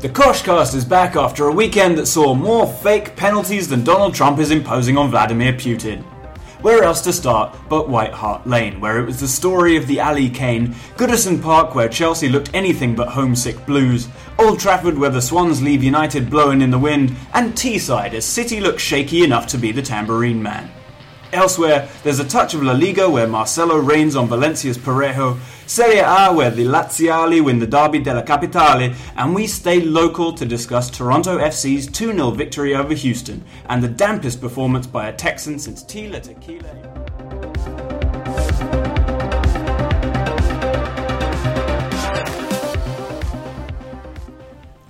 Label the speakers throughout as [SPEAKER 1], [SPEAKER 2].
[SPEAKER 1] Proshcast is back after a weekend that saw more fake penalties than Donald Trump is imposing on Vladimir Putin. Where else to start but White Hart Lane, where it was the story of the alley cane, Goodison Park, where Chelsea looked anything but homesick blues, Old Trafford, where the Swans leave United blowing in the wind, and Teesside, as City looked shaky enough to be the tambourine man. Elsewhere, there's a touch of La Liga where Marcelo reigns on Valencia's Parejo, Serie A where the Laziali win the Derby della Capitale, and we stay local to discuss Toronto FC's 2 0 victory over Houston and the dampest performance by a Texan since Tila Tequila.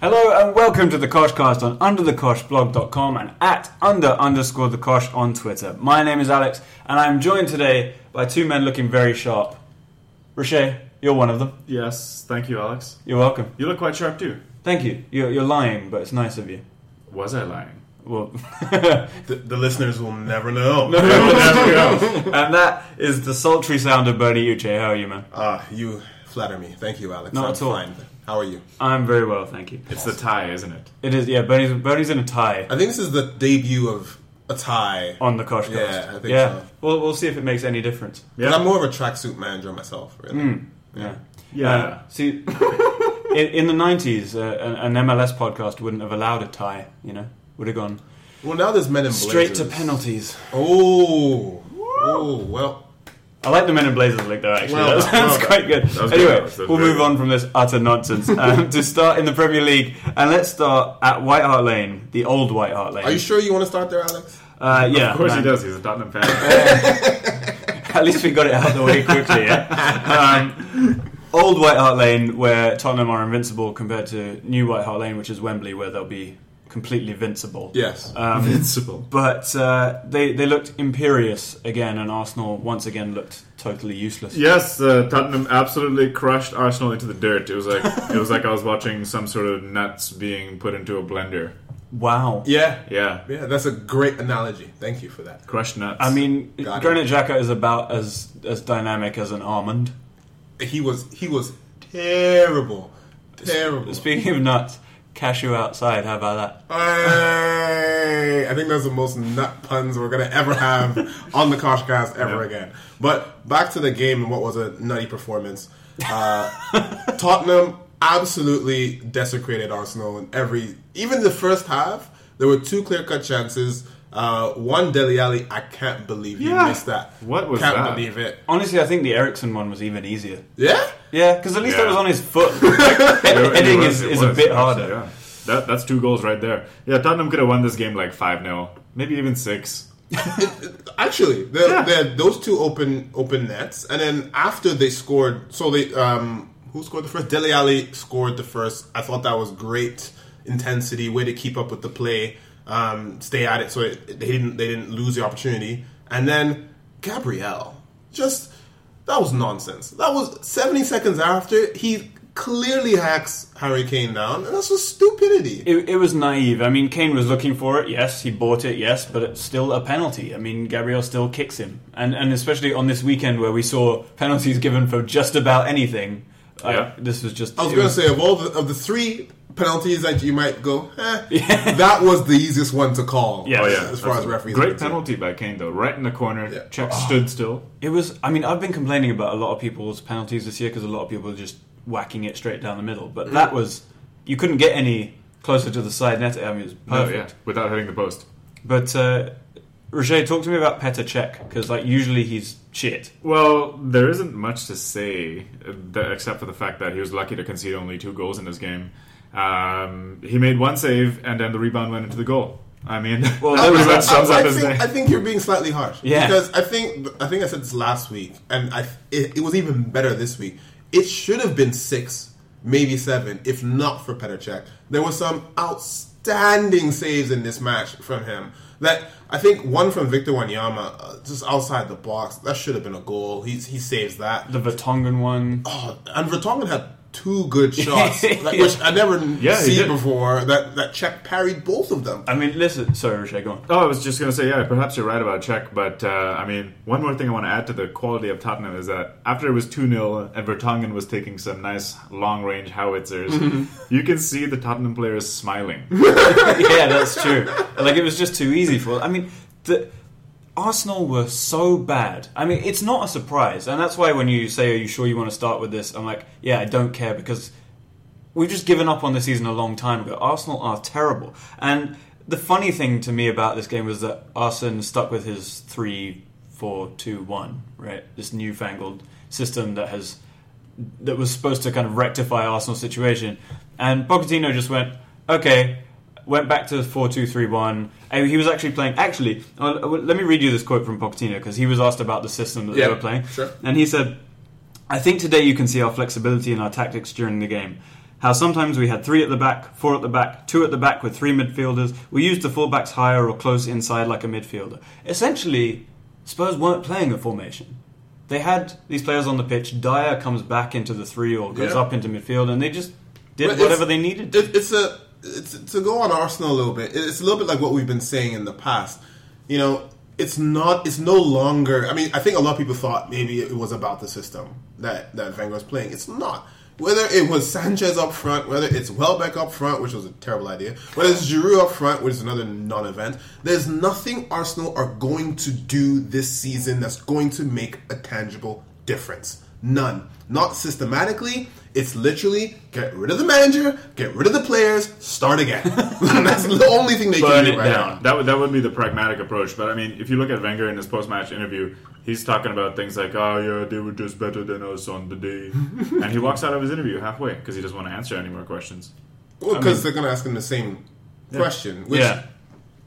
[SPEAKER 1] Hello and welcome to the Koshcast on underthekoshblog.com and at under underscore the Kosh on Twitter. My name is Alex and I'm joined today by two men looking very sharp. Rocher, you're one of them.
[SPEAKER 2] Yes, thank you, Alex.
[SPEAKER 1] You're welcome.
[SPEAKER 2] You look quite sharp too.
[SPEAKER 1] Thank you. You're, you're lying, but it's nice of you.
[SPEAKER 2] Was I lying?
[SPEAKER 1] Well,
[SPEAKER 3] The, the listeners will never know.
[SPEAKER 1] and that is the sultry sound of Bernie Uche. How are you, man?
[SPEAKER 3] Ah, you flatter me. Thank you, Alex.
[SPEAKER 1] Not
[SPEAKER 3] I'm
[SPEAKER 1] at all.
[SPEAKER 3] fine. How are you?
[SPEAKER 1] I'm very well, thank you.
[SPEAKER 2] It's the tie, isn't it?
[SPEAKER 1] It is, yeah, Bernie's, Bernie's in a tie
[SPEAKER 3] I think this is the debut of a tie.
[SPEAKER 1] on the Koshcast.
[SPEAKER 3] Yeah, I think so.
[SPEAKER 1] We'll, we'll see if it makes any difference.
[SPEAKER 3] And I'm more of a tracksuit manager myself, really.
[SPEAKER 1] Hmm. Yeah.
[SPEAKER 2] Yeah.
[SPEAKER 1] Uh, see, in, in the 90s, uh, an, an MLS podcast wouldn't have allowed a tie, you know? Would have gone
[SPEAKER 3] Well, now there's Men in Blazers.
[SPEAKER 1] straight to penalties.
[SPEAKER 3] Oh. Oh, well.
[SPEAKER 1] I like the Men in Blazers look though. Actually,
[SPEAKER 3] Well
[SPEAKER 1] that's,
[SPEAKER 3] done,
[SPEAKER 1] that's
[SPEAKER 3] well
[SPEAKER 1] quite good.
[SPEAKER 2] was good,
[SPEAKER 1] anyway,
[SPEAKER 2] Alex. That was
[SPEAKER 1] we'll
[SPEAKER 2] very
[SPEAKER 1] move
[SPEAKER 2] good.
[SPEAKER 1] on from this utter nonsense um, to start in the Premier League, and let's start at White Hart Lane, the old White Hart Lane.
[SPEAKER 3] Are you sure you want to start there, Alex?
[SPEAKER 1] Uh, yeah,
[SPEAKER 2] Of course
[SPEAKER 1] man.
[SPEAKER 2] he does. He's a Tottenham fan.
[SPEAKER 1] At least we got it out of the way quickly. Yeah? Um, old White Hart Lane, where Tottenham are invincible, compared to new White Hart Lane, which is Wembley, where they'll be completely vincible.
[SPEAKER 3] Yes.
[SPEAKER 1] Um,
[SPEAKER 2] Invincible.
[SPEAKER 1] but uh, they they looked imperious again, and Arsenal once again looked totally useless.
[SPEAKER 2] Yes, uh, Tottenham absolutely crushed Arsenal into the dirt. It was like it was like I was watching some sort of nuts being put into a blender.
[SPEAKER 1] Wow.
[SPEAKER 3] yeah.
[SPEAKER 2] Yeah,
[SPEAKER 3] Yeah, that's a great analogy. Thank you for that.
[SPEAKER 2] crushed nuts.
[SPEAKER 1] I mean,
[SPEAKER 3] Got it.
[SPEAKER 1] Granit Xhaka is about as as dynamic as an almond.
[SPEAKER 3] He was he was terrible. Terrible.
[SPEAKER 1] Speaking of nuts, cashew outside. How about that?
[SPEAKER 3] Hey, I think those are the most nut puns we're gonna ever have on the Koshcast ever again. But back to the game and what was a nutty performance. Uh, Tottenham absolutely desecrated Arsenal in every, even the first half. There were two clear cut chances. Uh, one Deli Alley, I can't believe you
[SPEAKER 2] Yeah.
[SPEAKER 3] missed that.
[SPEAKER 2] What was
[SPEAKER 3] can't
[SPEAKER 2] that?
[SPEAKER 3] believe it.
[SPEAKER 1] Honestly, I think the Ericsson one was even easier.
[SPEAKER 3] Yeah,
[SPEAKER 1] Yeah, because at least that
[SPEAKER 2] Yeah.
[SPEAKER 1] was on his foot. Like,
[SPEAKER 2] It- it
[SPEAKER 1] heading
[SPEAKER 2] was-
[SPEAKER 1] is,
[SPEAKER 2] it
[SPEAKER 1] is a
[SPEAKER 2] was,
[SPEAKER 1] bit
[SPEAKER 2] actually,
[SPEAKER 1] harder.
[SPEAKER 2] yeah. That, that's two goals right there. Yeah, Tottenham could have won this game like five 0 maybe even six.
[SPEAKER 3] actually, the,
[SPEAKER 2] Yeah.
[SPEAKER 3] they had those two open open nets, and then after they scored, so they um, who scored the first? Dele Alli scored the first. I thought that was great intensity, way to keep up with the play, um, stay at it, so it, they didn't they didn't lose the opportunity. And then Gabrielle, just that was nonsense. That was seventy seconds after he clearly hacks Harry Kane down, and that's just stupidity.
[SPEAKER 1] It, it was naive. I mean, Kane was looking for it. Yes, he bought it. Yes, but it's still a penalty. I mean, Gabriel still kicks him, and and especially on this weekend where we saw penalties given for just about anything. I-
[SPEAKER 2] Yeah.
[SPEAKER 1] this was just.
[SPEAKER 3] I was
[SPEAKER 1] it
[SPEAKER 3] going to
[SPEAKER 1] was-
[SPEAKER 3] say of all the, of the three penalties that you might go, eh, that was the easiest one to call.
[SPEAKER 1] Yes. Oh, yeah.
[SPEAKER 3] as far
[SPEAKER 2] That's
[SPEAKER 3] as
[SPEAKER 2] a
[SPEAKER 3] referees, are
[SPEAKER 2] Great
[SPEAKER 3] concerned.
[SPEAKER 2] penalty by Kane though, right in the corner.
[SPEAKER 3] Yeah.
[SPEAKER 2] Check stood still.
[SPEAKER 1] It was. I mean, I've been complaining about a lot of people's penalties this year because a lot of people are just whacking it straight down the middle. But that was. You couldn't get any closer to the side net. I mean, it was
[SPEAKER 2] No,
[SPEAKER 1] perfect.
[SPEAKER 2] yeah, without hitting the post.
[SPEAKER 1] But uh, Roger, talk to me about Petr Cech because like usually he's shit.
[SPEAKER 2] Well, there isn't much to say uh, that, except for the fact that he was lucky to concede only two goals in this game. Um, he made one save, and then the rebound went into the goal. I mean,
[SPEAKER 1] Well,
[SPEAKER 2] that
[SPEAKER 1] that
[SPEAKER 2] pretty
[SPEAKER 1] was-
[SPEAKER 2] much sums
[SPEAKER 3] I,
[SPEAKER 2] up
[SPEAKER 3] I
[SPEAKER 2] his
[SPEAKER 3] think,
[SPEAKER 2] day.
[SPEAKER 3] I think you're being slightly harsh.
[SPEAKER 1] Yeah.
[SPEAKER 3] Because I think I think I said this last week, and I it, it was even better this week. It should have been six, maybe seven, if not for Petacek. There were some outstanding saves in this match from him. That I think one from Victor Wanyama, uh, just outside the box. That should have been a goal. He he saves that.
[SPEAKER 1] The Vertonghen one.
[SPEAKER 3] Oh, and Vertonghen had two good shots, like, which I never
[SPEAKER 2] Yeah, he
[SPEAKER 3] see
[SPEAKER 2] did.
[SPEAKER 3] before. That that Czech parried both of them.
[SPEAKER 1] I mean, listen. Sorry, Rashay, go on.
[SPEAKER 2] Oh, I was just going to say, yeah, perhaps you're right about Czech, but uh, I mean, one more thing I want to add to the quality of Tottenham is that after it was 2 0 and Vertonghen was taking some nice long range howitzers, you can see the Tottenham players smiling.
[SPEAKER 1] yeah, that's true. Like it was just too easy for. I mean, the Arsenal were so bad. I mean, it's not a surprise, and that's why when you say, "Are you sure you want to start with this?" I'm like, "Yeah, I don't care," because we've just given up on the season a long time ago. Arsenal are terrible, and the funny thing to me about this game was that Arsene stuck with his three, four, two, one. Right, this newfangled system that has that was supposed to kind of rectify Arsenal's situation. And Pochettino just went, okay, went back to 4 2 3 1. And he was actually playing. Actually, uh, let me read you this quote from Pochettino because he was asked about the system that
[SPEAKER 3] Yeah,
[SPEAKER 1] they were playing.
[SPEAKER 3] sure.
[SPEAKER 1] And he said, I think today you can see our flexibility and our tactics during the game. How sometimes we had three at the back, four at the back, two at the back with three midfielders. We used the fullbacks higher or close inside like a midfielder. Essentially, Spurs weren't playing a formation. They had these players on the pitch. Dyer comes back into the three or goes
[SPEAKER 3] Yeah.
[SPEAKER 1] up into midfield, and they just did
[SPEAKER 3] But it's-
[SPEAKER 1] whatever they needed. to.
[SPEAKER 3] It, it's a it's to go on Arsenal a little bit. it- It's a little bit like what we've been saying in the past. You know, it's not. It's no longer. I mean, I think a lot of people thought maybe it was about the system that that Wenger was playing. It's not. Whether it was Sanchez up front, whether it's Welbeck up front, which was a terrible idea, whether it's Giroud up front, which is another non-event, there's nothing Arsenal are going to do this season that's going to make a tangible difference. None. Not systematically. It's literally get rid of the manager, get rid of the players, start again. That's the only thing they
[SPEAKER 2] Burn
[SPEAKER 3] can
[SPEAKER 2] it
[SPEAKER 3] do right
[SPEAKER 2] down.
[SPEAKER 3] now.
[SPEAKER 2] That would that would be the pragmatic approach. But I mean, if you look at Wenger in his post-match interview, he's talking about things like, "Oh yeah, they were just better than us on the day," and he walks out of his interview halfway because he doesn't want to answer any more questions.
[SPEAKER 3] Because they're going to ask him the same question. Which
[SPEAKER 1] Yeah.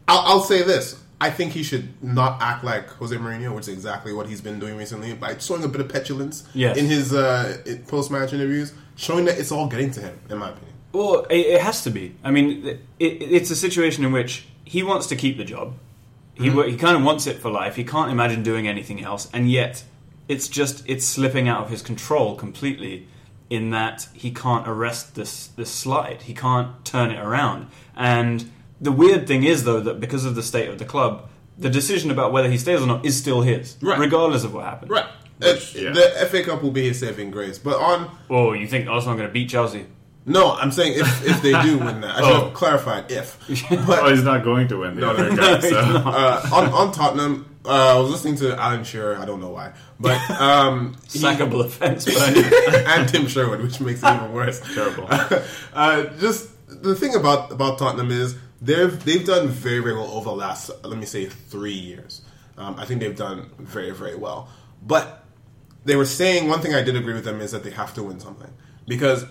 [SPEAKER 3] I'll, I'll say this: I think he should not act like Jose Mourinho, which is exactly what he's been doing recently, by showing a bit of petulance
[SPEAKER 1] Yes.
[SPEAKER 3] in his uh, post-match interviews, showing that it's all getting to him. In my opinion,
[SPEAKER 1] Well, it, it has to be. I mean, it, it, it's a situation in which he wants to keep the job.
[SPEAKER 3] Mm-hmm.
[SPEAKER 1] He wa he kind of wants it for life. He can't imagine doing anything else, and yet it's just it's slipping out of his control completely. In that he can't arrest this this slide. He can't turn it around. And the weird thing is though that because of the state of the club, the decision about whether he stays or not is still his,
[SPEAKER 3] Right.
[SPEAKER 1] regardless of what happens.
[SPEAKER 3] right?
[SPEAKER 2] Which,
[SPEAKER 3] Uh,
[SPEAKER 2] yeah.
[SPEAKER 3] The FA Cup will be his saving grace, but on
[SPEAKER 1] Oh, you think Arsenal are going to beat Chelsea?
[SPEAKER 3] no, I'm saying if, if they do win that, I should
[SPEAKER 2] Oh.
[SPEAKER 3] have clarified if.
[SPEAKER 2] Oh,
[SPEAKER 3] But
[SPEAKER 2] he's not going to win the other guy. So.
[SPEAKER 3] uh, on, on Tottenham, uh, I was listening to Alan Shearer. I don't know why, but um, he-
[SPEAKER 1] Sackable offence, Bernie.
[SPEAKER 3] and Tim Sherwood, which makes it even worse.
[SPEAKER 2] Terrible.
[SPEAKER 3] uh, just the thing about about Tottenham is they've they've done very very well over the last let me say three years. Um, I think they've done very very well, but they were saying one thing I did agree with them is that they have to win something because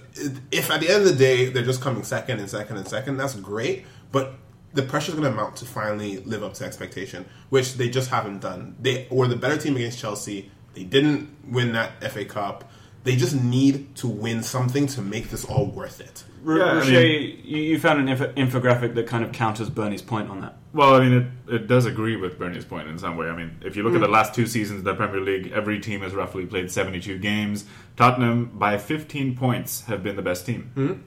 [SPEAKER 3] if at the end of the day they're just coming second and second and second, that's great, but. The pressure's going to mount to finally live up to expectation, which they just haven't done. They were the better team against Chelsea. They didn't win that FA Cup. They just need to win something to make this all worth it.
[SPEAKER 1] R-
[SPEAKER 2] Yeah, I
[SPEAKER 1] Rocher, you, you found an info- infographic that kind of counters Bernie's point on that.
[SPEAKER 2] Well, I mean, it, it does agree with Bernie's point in some way. I mean, if you look at the last two seasons of the Premier League, every team has roughly played 72 games. Tottenham, by 15 points, have been the best team.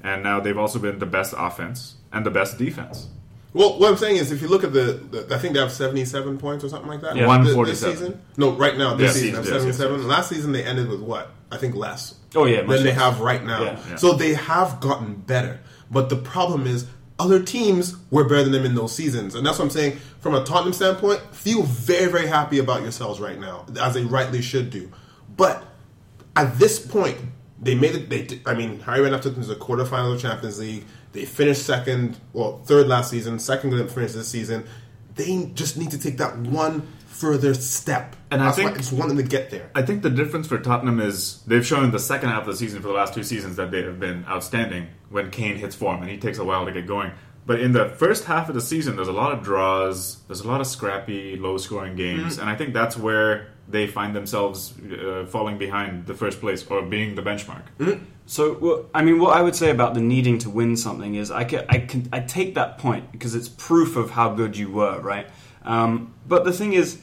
[SPEAKER 2] And now they've also been the best offense and the best defense.
[SPEAKER 3] Well, what I'm saying is, if you look at the, the I think they have 77 points or something like that.
[SPEAKER 1] Yeah.
[SPEAKER 3] Th- This
[SPEAKER 2] 147.
[SPEAKER 3] season? No, right now this
[SPEAKER 2] Yes,
[SPEAKER 3] season they have
[SPEAKER 2] yes, yes,
[SPEAKER 3] 77.
[SPEAKER 2] yes.
[SPEAKER 3] Last season they ended with what? I think less.
[SPEAKER 1] Oh, yeah, much
[SPEAKER 3] than they
[SPEAKER 1] less.
[SPEAKER 3] have right now.
[SPEAKER 1] Yeah.
[SPEAKER 2] Yeah.
[SPEAKER 3] So they have gotten better, but the problem is other teams were better than them in those seasons, and that's what I'm saying. From a Tottenham standpoint, feel very very happy about yourselves right now, as they rightly should do. But at this point, they made it. They, did- I mean, Harry went up to the quarterfinals of Champions League. They finished second, well, third last season. Second going to finish this season. They just need to take that one further step.
[SPEAKER 2] And I
[SPEAKER 3] That's why
[SPEAKER 2] think-
[SPEAKER 3] I just want them to get there.
[SPEAKER 2] I think the difference for Tottenham is they've shown the second half of the season for the last two seasons that they have been outstanding when Kane hits form and he takes a while to get going. But in the first half of the season, there's a lot of draws, there's a lot of scrappy, low scoring games,
[SPEAKER 1] Mm-hmm.
[SPEAKER 2] and I think that's where they find themselves uh, falling behind the first place or being the benchmark.
[SPEAKER 1] Mm-hmm. So, well, I mean, what I would say about the needing to win something is I can, I can I take that point because it's proof of how good you were, right? Um, but the thing is,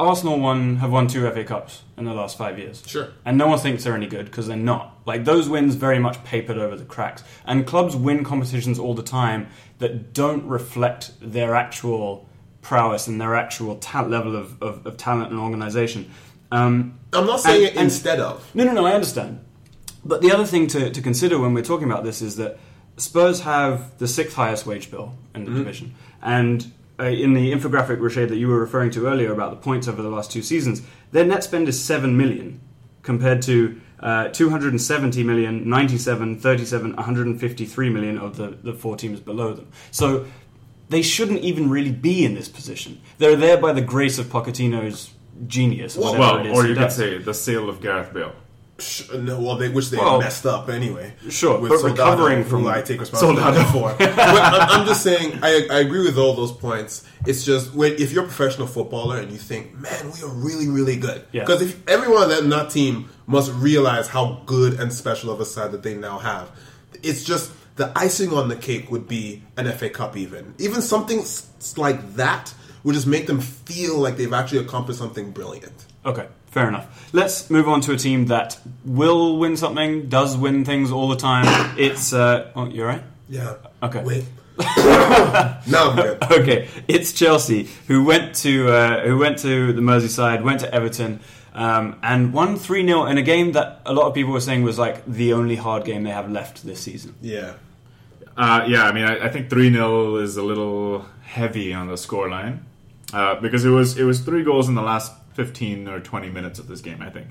[SPEAKER 1] Arsenal won have won two FA Cups in the last five years.
[SPEAKER 3] Sure.
[SPEAKER 1] And no one thinks they're any good because they're not. Like those wins very much papered over the cracks. And clubs win competitions all the time that don't reflect their actual prowess and their actual ta- level of, of, of talent and organisation. Um,
[SPEAKER 3] I'm not saying
[SPEAKER 1] And-
[SPEAKER 3] it
[SPEAKER 1] and-
[SPEAKER 3] instead of.
[SPEAKER 1] no, no, no, I understand. But the other thing to, to consider when we're talking about this is that Spurs have the sixth highest wage bill in
[SPEAKER 2] Mm-hmm.
[SPEAKER 1] the division. And uh, in the infographic, Rashid, that you were referring to earlier about the points over the last two seasons, their net spend is 7 million compared to uh, 270 million, 97, 37, 153 million of the, the four teams below them. So they shouldn't even really be in this position. They're there by the grace of Pochettino's genius. Or whatever it
[SPEAKER 2] Well,
[SPEAKER 1] is
[SPEAKER 2] or
[SPEAKER 1] he
[SPEAKER 2] you could
[SPEAKER 1] does.
[SPEAKER 2] say the sale of Gareth Bale.
[SPEAKER 3] Sh- No, well, they, which they
[SPEAKER 1] Well,
[SPEAKER 3] messed up anyway.
[SPEAKER 1] sure, but
[SPEAKER 3] Soldado,
[SPEAKER 1] recovering from-
[SPEAKER 3] who I take responsibility
[SPEAKER 2] Soldado.
[SPEAKER 3] for. but I'm, I'm just saying, I, I agree with all those points. It's just when, if you're a professional footballer and you think, man, we are really, really good,
[SPEAKER 1] Yeah.
[SPEAKER 3] because if everyone on that nut team must realize how good and special of a side that they now have, it's just the icing on the cake would be an FA Cup, even even something s- like that would just make them feel like they've actually accomplished something brilliant.
[SPEAKER 1] Okay, fair enough. Let's move on to a team that will win something, does win things all the time. It's uh, oh, you're right.
[SPEAKER 3] Yeah.
[SPEAKER 1] Okay.
[SPEAKER 3] Wait. now I'm good.
[SPEAKER 1] Okay, it's Chelsea who went to uh, who went to the Merseyside, went to Everton, um, and won three 0 in a game that a lot of people were saying was like the only hard game they have left this season.
[SPEAKER 3] Yeah.
[SPEAKER 2] Uh, yeah, I mean, I, I think three 0 is a little heavy on the scoreline uh, because it was it was three goals in the last fifteen or twenty minutes of this game. I think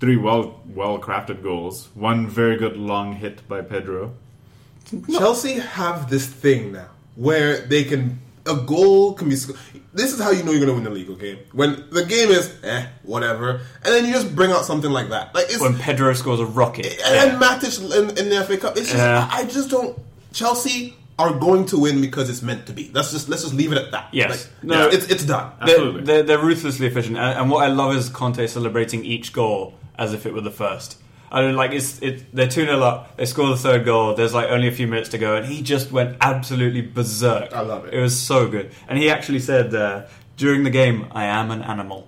[SPEAKER 2] three well well crafted goals, one very good long hit by Pedro.
[SPEAKER 3] Chelsea have this thing now where they can a goal can be. sc- This is how you know you're gonna win the league, okay? When the game is eh, whatever, and then you just bring out something like that, like it's
[SPEAKER 1] When Pedro scores a rocket,
[SPEAKER 3] and then Matic in, in the FA Cup. It's just
[SPEAKER 1] Yeah.
[SPEAKER 3] I just don't. Chelsea are going to win because it's meant to be. Let's just let's just leave it at that.
[SPEAKER 1] Yes.
[SPEAKER 3] Like,
[SPEAKER 1] No.
[SPEAKER 3] it's it's done.
[SPEAKER 1] they're,
[SPEAKER 2] Absolutely.
[SPEAKER 1] they're, they're ruthlessly efficient, and, and what I love is Conte celebrating each goal as if it were the first. I don't like it's it, they're two 0 up. They score the third goal. There's like only a few minutes to go, and he just went absolutely berserk.
[SPEAKER 3] I love it.
[SPEAKER 1] It was so good, and he actually said uh, during the game, "I am an animal."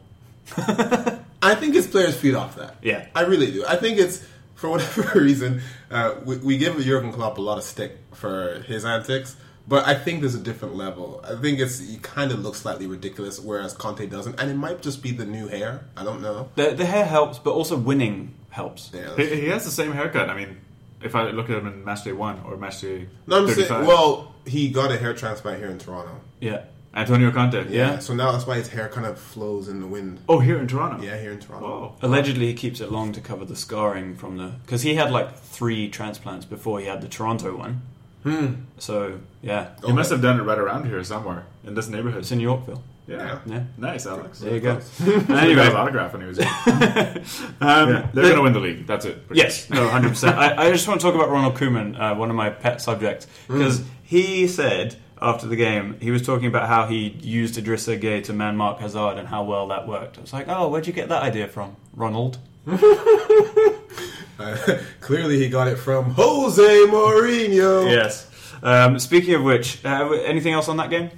[SPEAKER 3] I think his players feed off that.
[SPEAKER 1] Yeah.
[SPEAKER 3] I really do. I think it's for whatever reason uh, we, we give Jurgen Klopp a lot of stick for his antics, but I think there's a different level. I think it's he kind of looks slightly ridiculous, whereas Conte doesn't, and it might just be the new hair. I don't know.
[SPEAKER 1] The, the hair helps, but also winning helps.
[SPEAKER 3] Yeah.
[SPEAKER 2] He, he has the same haircut. I mean, if I look at him in match day one or match day
[SPEAKER 3] No, I'm saying.
[SPEAKER 2] 35.
[SPEAKER 3] Well, he got a hair transplant here in Toronto.
[SPEAKER 1] Yeah.
[SPEAKER 2] Antonio Conte.
[SPEAKER 1] Yeah.
[SPEAKER 3] So now that's why his hair kind of flows in the wind.
[SPEAKER 2] Oh, here in Toronto.
[SPEAKER 3] Yeah, here in Toronto.
[SPEAKER 2] Wow.
[SPEAKER 1] Allegedly, he keeps it long to cover the scarring from the because he had like three transplants before he had the Toronto one. Hmm. So yeah,
[SPEAKER 2] He must have done it right around here somewhere in this neighborhood.
[SPEAKER 1] it's in Yorkville.
[SPEAKER 2] Yeah.
[SPEAKER 1] Yeah.
[SPEAKER 2] Nice, Alex.
[SPEAKER 1] There you go.
[SPEAKER 2] He got his
[SPEAKER 1] anyway,
[SPEAKER 2] autograph when he was here.
[SPEAKER 1] Um,
[SPEAKER 2] Yeah, they're
[SPEAKER 1] the-
[SPEAKER 2] going to win the league. That's it. pretty
[SPEAKER 1] Yes, no, hundred percent. I, I just want to talk about Ronald Koeman, uh, one of my pet subjects, because he said after the game he was talking about how he used Idrissa Gay to man mark Hazard and how well that worked. I was like, oh, where'd you get that idea from, Ronald?
[SPEAKER 3] Clearly, he got it from Jose Mourinho.
[SPEAKER 1] Yes. Um, speaking of which, uh, anything else on that game?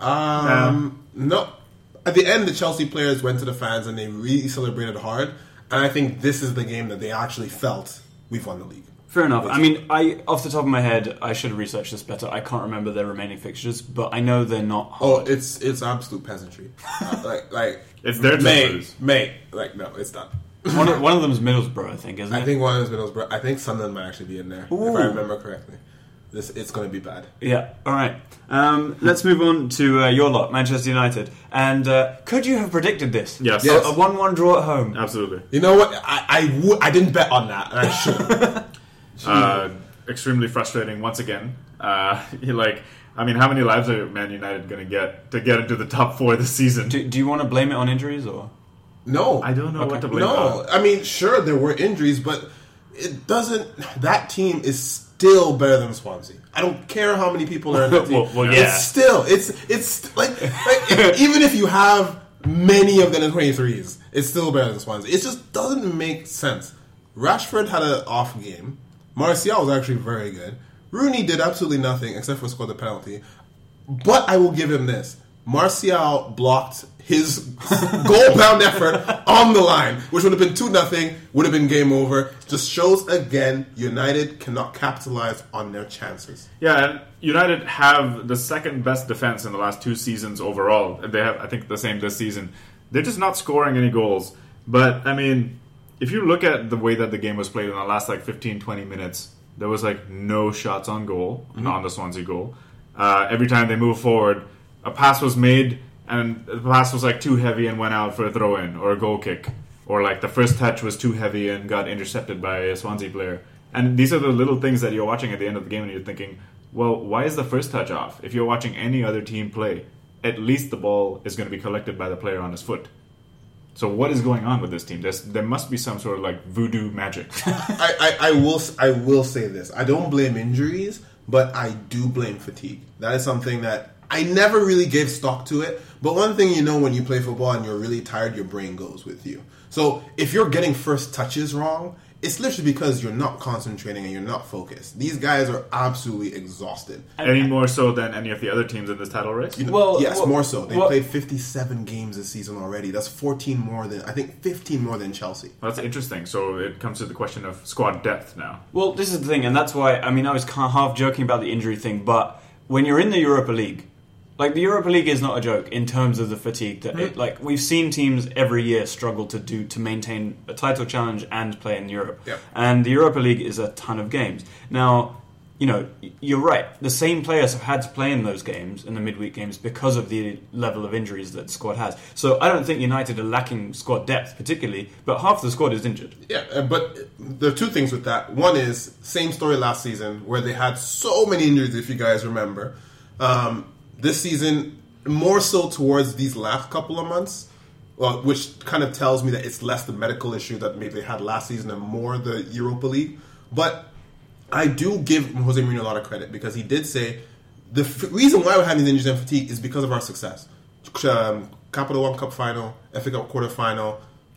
[SPEAKER 3] Um, no. At the end, the Chelsea players went to the fans and they really celebrated hard. And I think this is the game that they actually felt we've won the league.
[SPEAKER 1] Fair enough. I mean, I off the top of my head, I should have researched this better. I can't remember their remaining fixtures, but I know they're not. Hard.
[SPEAKER 3] Oh, it's it's absolute peasantry. Uh, like like
[SPEAKER 2] It's their
[SPEAKER 3] May
[SPEAKER 2] lose.
[SPEAKER 3] May like no, it's not.
[SPEAKER 1] One of, one of them is Middlesbrough, I think, isn't it?
[SPEAKER 3] I think one of those Middlesbrough. I think Sunderland might actually be in there if I
[SPEAKER 1] Ooh.
[SPEAKER 3] remember correctly. This it's going to be bad.
[SPEAKER 1] Yeah. All right. Um, let's move on to uh, your lot, Manchester United. And uh, could you have predicted this?
[SPEAKER 2] Yes. Oh,
[SPEAKER 3] Yes.
[SPEAKER 1] A one-one draw at home.
[SPEAKER 2] Absolutely.
[SPEAKER 3] You know what? I I, w- I didn't bet on that. And I should.
[SPEAKER 2] Uh, extremely frustrating once again. Uh, you like, I mean, how many lives are Man United going to get to get into the top four this season?
[SPEAKER 1] Do, do you want to blame it on injuries or?
[SPEAKER 3] no,
[SPEAKER 2] I don't know what to blame.
[SPEAKER 3] No,
[SPEAKER 2] on.
[SPEAKER 3] I mean, sure, there were injuries, but it doesn't. That team is still better than Swansea. I don't care how many people are in that team.
[SPEAKER 1] Well, well, yeah.
[SPEAKER 3] It's still, it's it's like, like even if you have many of them in twenty threes, it's still better than Swansea. It just doesn't make sense. Rashford had an off game. Martial was actually very good. Rooney did absolutely nothing except for score the penalty. But I will give him this. Martial blocked his goal bound effort on the line, which would have been 2 nothing, would have been game over. Just shows again United cannot capitalize on their chances.
[SPEAKER 2] Yeah, and United have the second best defense in the last two seasons overall. They have, I think, the same this season. They're just not scoring any goals. But, I mean, if you look at the way that the game was played in the last, like, 15, 20 minutes, there was, like, no shots on goal, not on the Swansea goal. Uh, every time they move forward, a pass was made, and the pass was, like, too heavy and went out for a throw in or a goal kick. Or, like, the first touch was too heavy and got intercepted by a Swansea player. And these are the little things that you're watching at the end of the game and you're thinking, well, why is the first touch off? If you're watching any other team play, at least the ball is going to be collected by the player on his foot. So what is going on with this team? There's, there must be some sort of like voodoo magic.
[SPEAKER 3] I, I, I will s- I will say this. I don't blame injuries, but I do blame fatigue. That is something that I never really gave stock to it. But one thing you know when you play football and you're really tired, your brain goes with you. So if you're getting first touches wrong, it's literally because you're not concentrating and you're not focused. These guys are absolutely exhausted.
[SPEAKER 2] any more so than any of the other teams in this title race?
[SPEAKER 1] Well,
[SPEAKER 3] yes,
[SPEAKER 1] well,
[SPEAKER 3] more so. They
[SPEAKER 1] well-
[SPEAKER 3] played 57 games this season already. That's 14 more than I think 15 more than Chelsea.
[SPEAKER 2] That's interesting. So it comes to the question of squad depth now.
[SPEAKER 1] Well, this is the thing, and that's why I mean I was kind of half joking about the injury thing, but when you're in the Europa League, like the Europa League is not a joke in terms of the fatigue that it, like we've seen teams every year struggle to do to maintain a title challenge and play in Europe,
[SPEAKER 3] Yep.
[SPEAKER 1] and the Europa League is a ton of games. Now, you know, y- you're right. The same players have had to play in those games in the midweek games because of the level of injuries that the squad has. So I don't think United are lacking squad depth particularly, but half the squad is injured.
[SPEAKER 3] Yeah, uh, but there are two things with that. One is same story last season where they had so many injuries, if you guys remember. Um, this season, more so towards these last couple of months, well, which kind of tells me that it's less the medical issue that maybe they had last season and more the Europa League. But I do give Jose Mourinho a lot of credit because he did say the f- reason why we're having these injuries and fatigue is because of our success. Um, Capital One Cup final, FA Cup quarterfinal,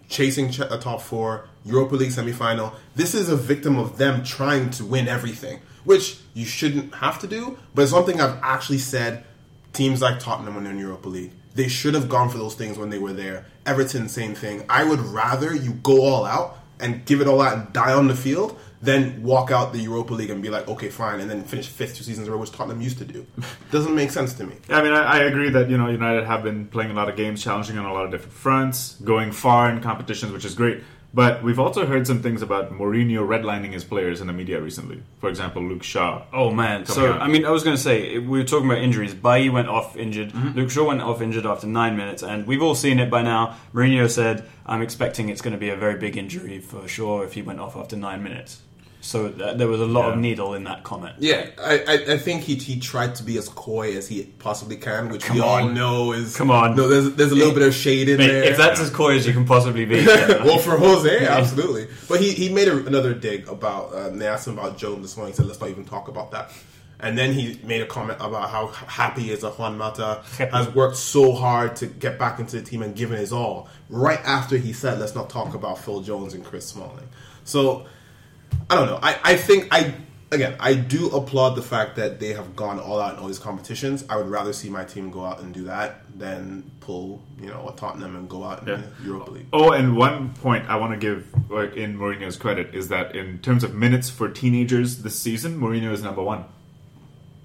[SPEAKER 3] chasing ch- a top four, Europa League semifinal. This is a victim of them trying to win everything, which you shouldn't have to do. But it's something I've actually said teams like Tottenham when they're in Europa League. They should have gone for those things when they were there. Everton, same thing. I would rather you go all out and give it all out and die on the field than walk out the Europa League and be like, okay, fine, and then finish fifth two seasons in a row, which Tottenham used to do. Doesn't make sense to me.
[SPEAKER 2] Yeah, I mean, I, I agree that you know United have been playing a lot of games, challenging on a lot of different fronts, going far in competitions, which is great. But we've also heard some things about Mourinho redlining his players in the media recently. For example, Luke Shaw.
[SPEAKER 1] Oh man!
[SPEAKER 2] Coming
[SPEAKER 1] So
[SPEAKER 2] up.
[SPEAKER 1] I mean, I was going to say we were talking about injuries. Bailly went off injured. Luke Shaw went off injured after nine minutes, and we've all seen it by now. Mourinho said, "I'm expecting it's going to be a very big injury for sure if he went off after nine minutes." So th- there was a lot of
[SPEAKER 2] Yeah.
[SPEAKER 1] needle in that comment.
[SPEAKER 3] Yeah, I, I, I think he, he tried to be as coy as he possibly can, which we all
[SPEAKER 1] on.
[SPEAKER 3] know is
[SPEAKER 1] Come on.
[SPEAKER 3] No, there's there's a little bit of shade in
[SPEAKER 1] Mate,
[SPEAKER 3] there.
[SPEAKER 1] if that's as coy as you can possibly be, then- uh,
[SPEAKER 3] well, for Jose, absolutely. But he, he made a, another dig about, uh, they asked him about Jones this morning. He said, let's not even talk about that. And then he made a comment about how happy he is that Juan Mata has worked so hard to get back into the team and given his all. Right after he said, let's not talk about Phil Jones and Chris Smalling. So, I don't know. I, I think I again I do applaud the fact that they have gone all out in all these competitions. I would rather see my team go out and do that than pull you know a Tottenham and go out in
[SPEAKER 2] Yeah.
[SPEAKER 3] the Europa League.
[SPEAKER 2] Oh, and one point I want to give like, in Mourinho's credit is that in terms of minutes for teenagers this season, Mourinho is number one.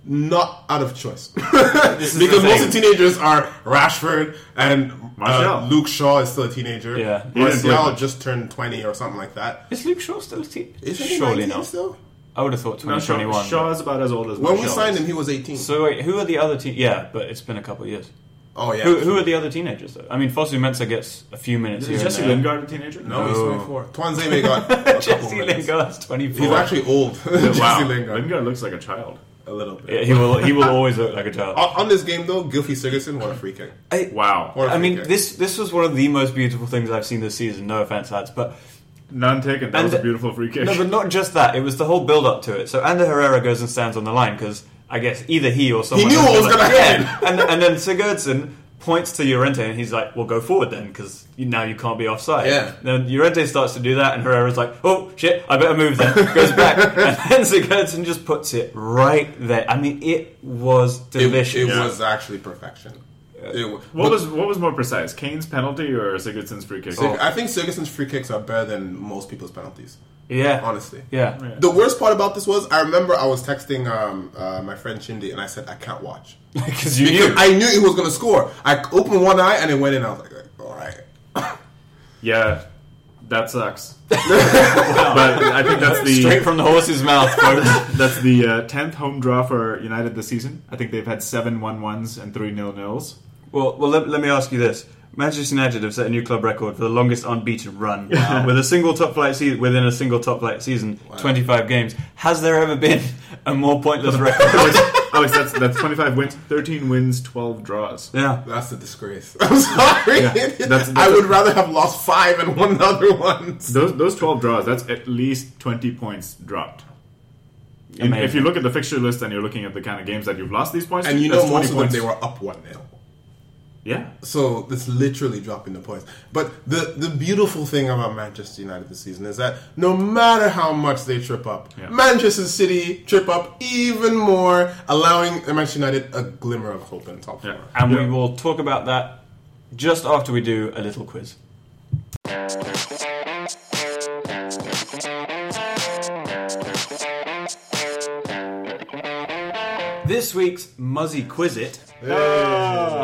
[SPEAKER 3] Not out of choice
[SPEAKER 1] is
[SPEAKER 3] because
[SPEAKER 1] the
[SPEAKER 3] most
[SPEAKER 1] thing.
[SPEAKER 3] of the teenagers are Rashford and uh,
[SPEAKER 2] Martial.
[SPEAKER 3] Luke Shaw is still a teenager.
[SPEAKER 1] Yeah. He
[SPEAKER 2] didn't play
[SPEAKER 3] Martial
[SPEAKER 2] much.
[SPEAKER 3] just turned twenty or something like that.
[SPEAKER 1] is Luke Shaw still a team?
[SPEAKER 3] Is he
[SPEAKER 1] Surely
[SPEAKER 3] 19
[SPEAKER 1] not.
[SPEAKER 3] Still,
[SPEAKER 1] I would have thought
[SPEAKER 2] No, Shaw,
[SPEAKER 1] 2021.
[SPEAKER 2] Shaw is about as old as
[SPEAKER 3] when we
[SPEAKER 2] Martial
[SPEAKER 3] signed
[SPEAKER 2] is.
[SPEAKER 3] him, he was eighteen.
[SPEAKER 1] So wait, who are the other team? Yeah, but it's been a couple of years.
[SPEAKER 3] oh yeah,
[SPEAKER 1] Who, who are the other teenagers though? I mean, Fosu Mensah gets a few minutes here
[SPEAKER 2] Is
[SPEAKER 1] and
[SPEAKER 2] Jesse
[SPEAKER 1] there.
[SPEAKER 2] Lingard a teenager?
[SPEAKER 3] no, he's
[SPEAKER 1] No.
[SPEAKER 3] twenty-four. Twanze may got a couple
[SPEAKER 1] Oh. Jesse
[SPEAKER 3] minutes.
[SPEAKER 1] Lingard's 24.
[SPEAKER 3] He's actually old.
[SPEAKER 2] Wow.
[SPEAKER 3] Jesse
[SPEAKER 2] Lingard.
[SPEAKER 3] Lingard.
[SPEAKER 2] looks like a child.
[SPEAKER 3] A little bit.
[SPEAKER 1] Yeah, he will. He will always look like a child.
[SPEAKER 3] On, on this game though, Gilfy Sigurdsson, what a free kick.
[SPEAKER 1] I-
[SPEAKER 2] Wow.
[SPEAKER 3] What a
[SPEAKER 1] I
[SPEAKER 3] free
[SPEAKER 1] mean,
[SPEAKER 3] kick.
[SPEAKER 1] this this was one of the most beautiful things I've seen this season. No offense, lads, but
[SPEAKER 2] None taken. That
[SPEAKER 1] And-
[SPEAKER 2] was a beautiful free kick.
[SPEAKER 1] no, but not just that. It was the whole build up to it. So Ander Herrera goes and stands on the line because I guess either he or someone
[SPEAKER 3] knew
[SPEAKER 1] else
[SPEAKER 3] what was
[SPEAKER 1] like,
[SPEAKER 3] gonna
[SPEAKER 1] "Yeah."
[SPEAKER 3] happen.
[SPEAKER 1] and and then Sigurdsson points to Llorente and he's like, "Well, go forward then, because now you can't be offside."
[SPEAKER 3] Yeah.
[SPEAKER 1] Then Llorente starts to do that, and Herrera's like, "Oh shit, I better move then." Goes back, and then Sigurdsson just puts it right there. I mean, it was
[SPEAKER 3] it,
[SPEAKER 1] delicious.
[SPEAKER 3] it was actually perfection. It wa-
[SPEAKER 2] What
[SPEAKER 3] but-
[SPEAKER 2] was what was more precise, Kane's penalty or Sigurdsson's free kick?
[SPEAKER 3] Sig- I think Sigurdsson's free kicks are better than most people's penalties.
[SPEAKER 1] Yeah.
[SPEAKER 3] Honestly.
[SPEAKER 1] Yeah.
[SPEAKER 2] Yeah.
[SPEAKER 3] The worst part about this was I remember I was texting um, uh, my friend Shindi and I said I can't watch
[SPEAKER 1] Because you
[SPEAKER 3] because
[SPEAKER 1] knew.
[SPEAKER 3] I knew he was going to score. I opened one eye and it went in. I was like, all right.
[SPEAKER 2] Yeah, that sucks. but I think that's the
[SPEAKER 1] Straight from the horse's mouth, folks.
[SPEAKER 2] That's the uh, tenth home draw for United this season. I think they've had seven one ones and three nil nils.
[SPEAKER 1] well, well let, let me ask you this. Manchester United have set a new club record for the longest unbeaten run with a single top flight season within a single top flight season, 25 games. Has there ever been a more pointless record?
[SPEAKER 2] oh, wait, that's that's twenty five wins, thirteen wins, twelve draws.
[SPEAKER 1] yeah.
[SPEAKER 3] That's a disgrace. I'm sorry.
[SPEAKER 2] Yeah, that's- that's
[SPEAKER 3] I would
[SPEAKER 2] a-
[SPEAKER 3] rather have lost five and won the other ones.
[SPEAKER 2] Those those twelve draws, that's at least twenty points dropped. And
[SPEAKER 1] Amazing.
[SPEAKER 2] if you look at the fixture list and you're looking at the kind of games that you've lost these points,
[SPEAKER 3] And you
[SPEAKER 2] that's
[SPEAKER 3] know, most of them
[SPEAKER 2] points.
[SPEAKER 3] they were up one nil.
[SPEAKER 2] yeah.
[SPEAKER 3] So that's literally dropping the points. But the the beautiful thing about Manchester United this season is that no matter how much they trip up,
[SPEAKER 2] Yeah.
[SPEAKER 3] Manchester City trip up even more, allowing Manchester United a glimmer of hope in top four.
[SPEAKER 2] Yeah.
[SPEAKER 1] And we
[SPEAKER 2] Yeah.
[SPEAKER 1] will talk about that just after we do a little quiz. This week's Muzzy Quizit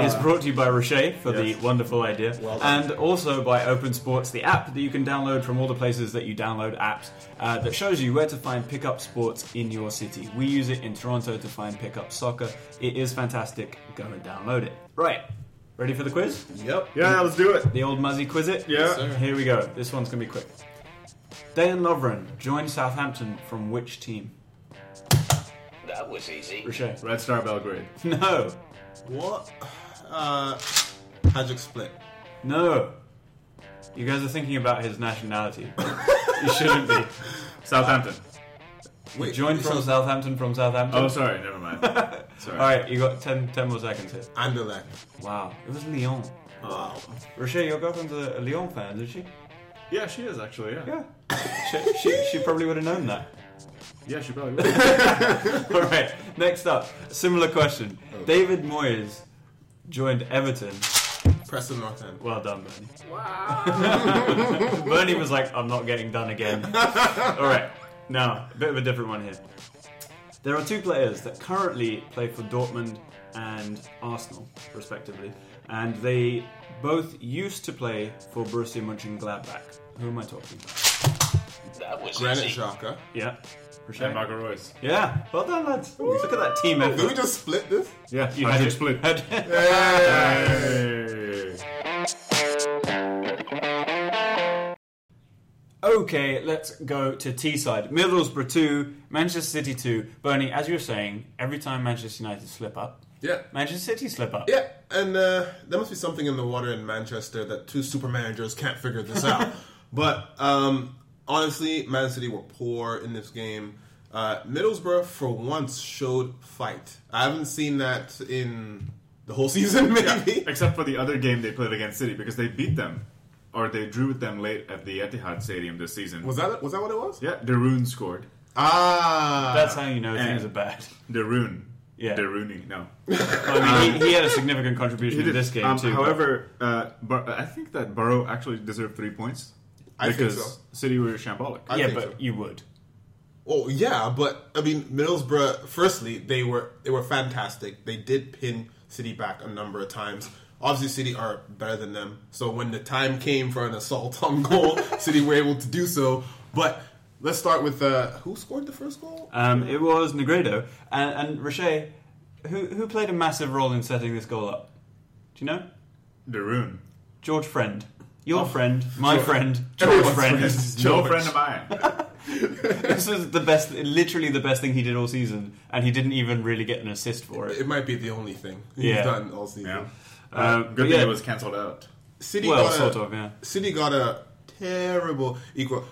[SPEAKER 1] is brought to you by Rocher for
[SPEAKER 2] Uh, Yes.
[SPEAKER 1] the wonderful idea,
[SPEAKER 3] done.
[SPEAKER 1] and also by Open Sports, the app that you can download from all the places that you download apps uh, that shows you where to find pickup sports in your city. We use it in Toronto to find pickup soccer. It is fantastic. Go and download it. Right, ready for the quiz?
[SPEAKER 3] Yep.
[SPEAKER 2] Yeah, let's do it.
[SPEAKER 1] The old Muzzy Quizit?
[SPEAKER 2] Yeah.
[SPEAKER 3] sir.
[SPEAKER 1] Here we go. This one's going to be quick. Dayan Lovren joined Southampton from which team?
[SPEAKER 4] That was easy.
[SPEAKER 1] Rocher.
[SPEAKER 2] Red Star Belgrade.
[SPEAKER 1] No.
[SPEAKER 3] What? Uh, Patrick Split.
[SPEAKER 1] No. You guys are thinking about his nationality. you shouldn't be.
[SPEAKER 2] Southampton.
[SPEAKER 3] Wait,
[SPEAKER 1] Joined from
[SPEAKER 3] so-
[SPEAKER 1] Southampton from Southampton.
[SPEAKER 2] Oh sorry, never mind. Sorry.
[SPEAKER 1] All right, you got 10, 10 more seconds here.
[SPEAKER 3] Anderlecht.
[SPEAKER 1] Wow, it was Lyon.
[SPEAKER 3] Wow.
[SPEAKER 1] Rocher, your girlfriend's a, a Lyon fan, did she?
[SPEAKER 2] Yeah, she is actually, yeah.
[SPEAKER 1] Yeah. she, she, she probably would have known that.
[SPEAKER 2] Yeah, she probably would.
[SPEAKER 1] All right, next up, similar question. David Moyes joined Everton.
[SPEAKER 3] Preston North End.
[SPEAKER 1] Well done, Bernie. Wow. Bernie was like, I'm not getting done again. All right, now, a bit of a different one here. There are two players that currently play for Dortmund and Arsenal, respectively, and they both used to play for Borussia Mönchengladbach. Who am I talking about?
[SPEAKER 4] That was
[SPEAKER 3] Granite
[SPEAKER 4] easy.
[SPEAKER 3] Shaka.
[SPEAKER 1] Yeah.
[SPEAKER 2] and
[SPEAKER 1] Rochelle?
[SPEAKER 2] Marco Royce.
[SPEAKER 1] Yeah, well done, lads. Look at that team
[SPEAKER 3] Did we
[SPEAKER 1] effort.
[SPEAKER 3] just split this?
[SPEAKER 2] Yeah,
[SPEAKER 1] You
[SPEAKER 2] I
[SPEAKER 1] had
[SPEAKER 2] did
[SPEAKER 1] it.
[SPEAKER 2] split.
[SPEAKER 1] Had-
[SPEAKER 2] Hey.
[SPEAKER 1] okay, let's go to Teesside. Middlesbrough 2, Manchester City 2. Bernie, as you were saying, every time Manchester United slip up,
[SPEAKER 3] Yeah.
[SPEAKER 1] Manchester City slip up.
[SPEAKER 3] Yeah, and uh, there must be something in the water in Manchester that two super managers can't figure this out. but um, honestly, Man City were poor in this game. Uh, Middlesbrough, for once, showed fight. I haven't seen that in the whole season, maybe.
[SPEAKER 2] Except for the other game they played against City because they beat them or they drew with them late at the Etihad Stadium this season.
[SPEAKER 3] Was that was that what it was?
[SPEAKER 2] yeah, Darun scored.
[SPEAKER 3] Ah,
[SPEAKER 1] That's how you know things
[SPEAKER 2] And-
[SPEAKER 1] are bad.
[SPEAKER 2] Darun.
[SPEAKER 1] Yeah.
[SPEAKER 2] Daruni. No.
[SPEAKER 1] I mean, he, he had a significant contribution in this game,
[SPEAKER 2] Um,
[SPEAKER 1] too. but-
[SPEAKER 2] However, uh, Bur- I think that Burrow actually deserved three points
[SPEAKER 3] I think
[SPEAKER 2] because
[SPEAKER 3] so.
[SPEAKER 2] City were shambolic.
[SPEAKER 3] I-
[SPEAKER 1] yeah,
[SPEAKER 3] think
[SPEAKER 1] but
[SPEAKER 3] so.
[SPEAKER 1] you would.
[SPEAKER 3] Well, yeah, but I mean, Middlesbrough. Firstly, they were they were fantastic. They did pin City back a number of times. Obviously, City are better than them. So when the time came for an assault on goal, City were able to do so. But let's start with uh, who scored the first goal?
[SPEAKER 1] Um, it was Negredo and, and Rocher, who who played a massive role in setting this goal up. Do you know?
[SPEAKER 2] Darun.
[SPEAKER 1] George Friend, your friend, my friend, George
[SPEAKER 3] Oh. Everyone's
[SPEAKER 1] Friend.
[SPEAKER 3] friend.
[SPEAKER 2] No
[SPEAKER 3] George.
[SPEAKER 2] friend of mine.
[SPEAKER 1] this was the best, literally the best thing he did all season, and he didn't even really get an assist for it.
[SPEAKER 3] It might be the only thing he's
[SPEAKER 1] Yeah.
[SPEAKER 3] done all season.
[SPEAKER 2] yeah.
[SPEAKER 1] Um,
[SPEAKER 2] Uh, Good
[SPEAKER 1] but
[SPEAKER 2] thing
[SPEAKER 1] yeah,
[SPEAKER 2] it was cancelled out.
[SPEAKER 3] City
[SPEAKER 1] well,
[SPEAKER 3] got a,
[SPEAKER 1] sort of, yeah.
[SPEAKER 3] City got a terrible equal.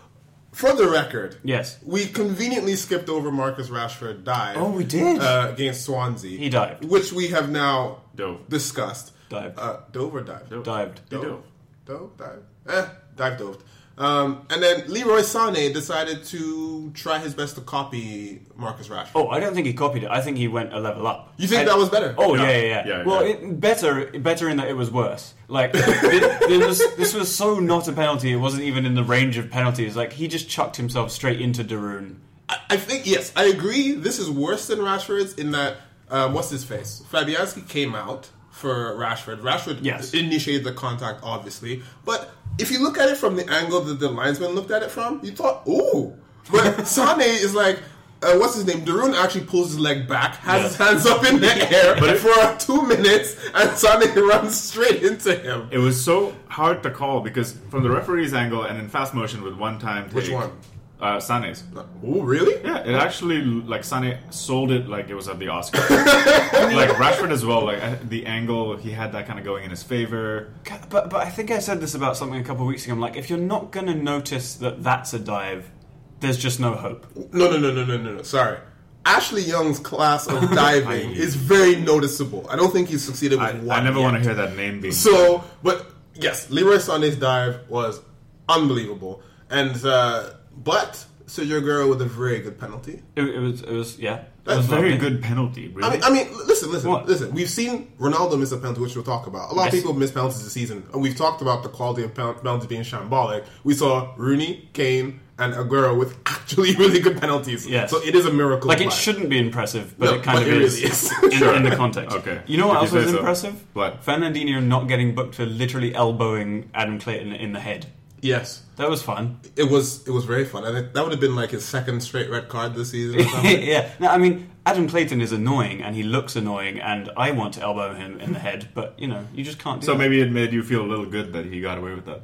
[SPEAKER 3] For the record,
[SPEAKER 1] Yes.
[SPEAKER 3] we conveniently skipped over Marcus Rashford dive.
[SPEAKER 1] Oh, we did?
[SPEAKER 3] uh, against Swansea.
[SPEAKER 1] He dived.
[SPEAKER 3] which we have now
[SPEAKER 2] Dove.
[SPEAKER 3] discussed.
[SPEAKER 1] Dived.
[SPEAKER 3] Uh, Dover dived.
[SPEAKER 2] Dove.
[SPEAKER 1] Dived.
[SPEAKER 2] He
[SPEAKER 3] Dove.
[SPEAKER 2] dove.
[SPEAKER 3] dove, dive, eh, dive dove. Um, and then Leroy Sané decided to try his best to copy Marcus Rashford.
[SPEAKER 1] Oh, I don't think he copied it. I think he went a level up.
[SPEAKER 3] You think that was better?
[SPEAKER 1] Oh
[SPEAKER 2] Yeah.
[SPEAKER 1] yeah, yeah. yeah.
[SPEAKER 2] Yeah,
[SPEAKER 1] well,
[SPEAKER 2] yeah.
[SPEAKER 1] It, better, better in that it was worse. Like it, it was, this was so not a penalty. It wasn't even in the range of penalties. Like he just chucked himself straight into Darun.
[SPEAKER 3] I, I think yes, I agree. This is worse than Rashford's in that um, what's his face? Fabianski came out for Rashford. Rashford
[SPEAKER 1] Yes.
[SPEAKER 3] initiated the contact, obviously, but if you look at it from the angle that the linesman looked at it from, you thought, "Ooh," but Sane is like. Uh, what's his name? Darun actually pulls his leg back, has his hands up in the air
[SPEAKER 2] But it-
[SPEAKER 3] for two minutes, and Sane runs straight into him.
[SPEAKER 2] It was so hard to call because from the referee's angle and in fast motion with one time take,
[SPEAKER 3] Which one?
[SPEAKER 2] Uh, Sane's.
[SPEAKER 3] Oh, really?
[SPEAKER 2] Yeah, it actually like Sane sold it like it was at the Oscars. like Rashford as well. Like uh, the angle he had that kind of going in his favor.
[SPEAKER 1] Ca- But but I think I said this about something a couple of weeks ago. I'm like, if you're not gonna notice that that's a dive, there's just no hope.
[SPEAKER 3] No, no, no, no, no, no, no. Sorry. Ashley Young's class of diving is very noticeable. I don't think he's succeeded with
[SPEAKER 2] I,
[SPEAKER 3] one.
[SPEAKER 2] I never
[SPEAKER 3] yet.
[SPEAKER 2] want to hear that name being.
[SPEAKER 3] So, but yes, Leroy Sané's dive was unbelievable, and uh, but Sergio Aguero with a very good penalty.
[SPEAKER 1] It, it was it was yeah. It
[SPEAKER 3] That's
[SPEAKER 1] was
[SPEAKER 2] very
[SPEAKER 1] lovely.
[SPEAKER 2] good penalty. Really.
[SPEAKER 3] I mean, I mean, l- listen, listen,
[SPEAKER 1] What?
[SPEAKER 3] listen. We've seen Ronaldo miss a penalty, which we'll talk about. A lot of
[SPEAKER 1] Yes.
[SPEAKER 3] people miss penalties this season, and we've talked about the quality of pen- penalties being shambolic. We saw Rooney, Kane, and Aguero with actually really good penalties.
[SPEAKER 1] Yes.
[SPEAKER 3] So it is a miracle.
[SPEAKER 1] Like it
[SPEAKER 3] but-
[SPEAKER 1] shouldn't be impressive, but
[SPEAKER 3] No,
[SPEAKER 1] it kind
[SPEAKER 3] but
[SPEAKER 1] of
[SPEAKER 3] it
[SPEAKER 1] is,
[SPEAKER 3] really is.
[SPEAKER 1] in,
[SPEAKER 2] Sure.
[SPEAKER 1] in the context.
[SPEAKER 2] Okay.
[SPEAKER 1] You know what
[SPEAKER 2] If
[SPEAKER 1] else
[SPEAKER 2] you
[SPEAKER 1] was
[SPEAKER 2] say so.
[SPEAKER 1] impressive?
[SPEAKER 2] What?
[SPEAKER 1] Fernandinho not getting booked for literally elbowing Adam Clayton in the head.
[SPEAKER 3] Yes.
[SPEAKER 1] That was fun.
[SPEAKER 3] It was it was very fun, and it, that would have been like his second straight red card this season. Or something.
[SPEAKER 1] yeah. No, I mean, Adam Clayton is annoying and he looks annoying, and I want to elbow him in the head, but you know, you just can't do
[SPEAKER 2] so
[SPEAKER 1] that.
[SPEAKER 2] maybe it made you feel a little good that he got away with that.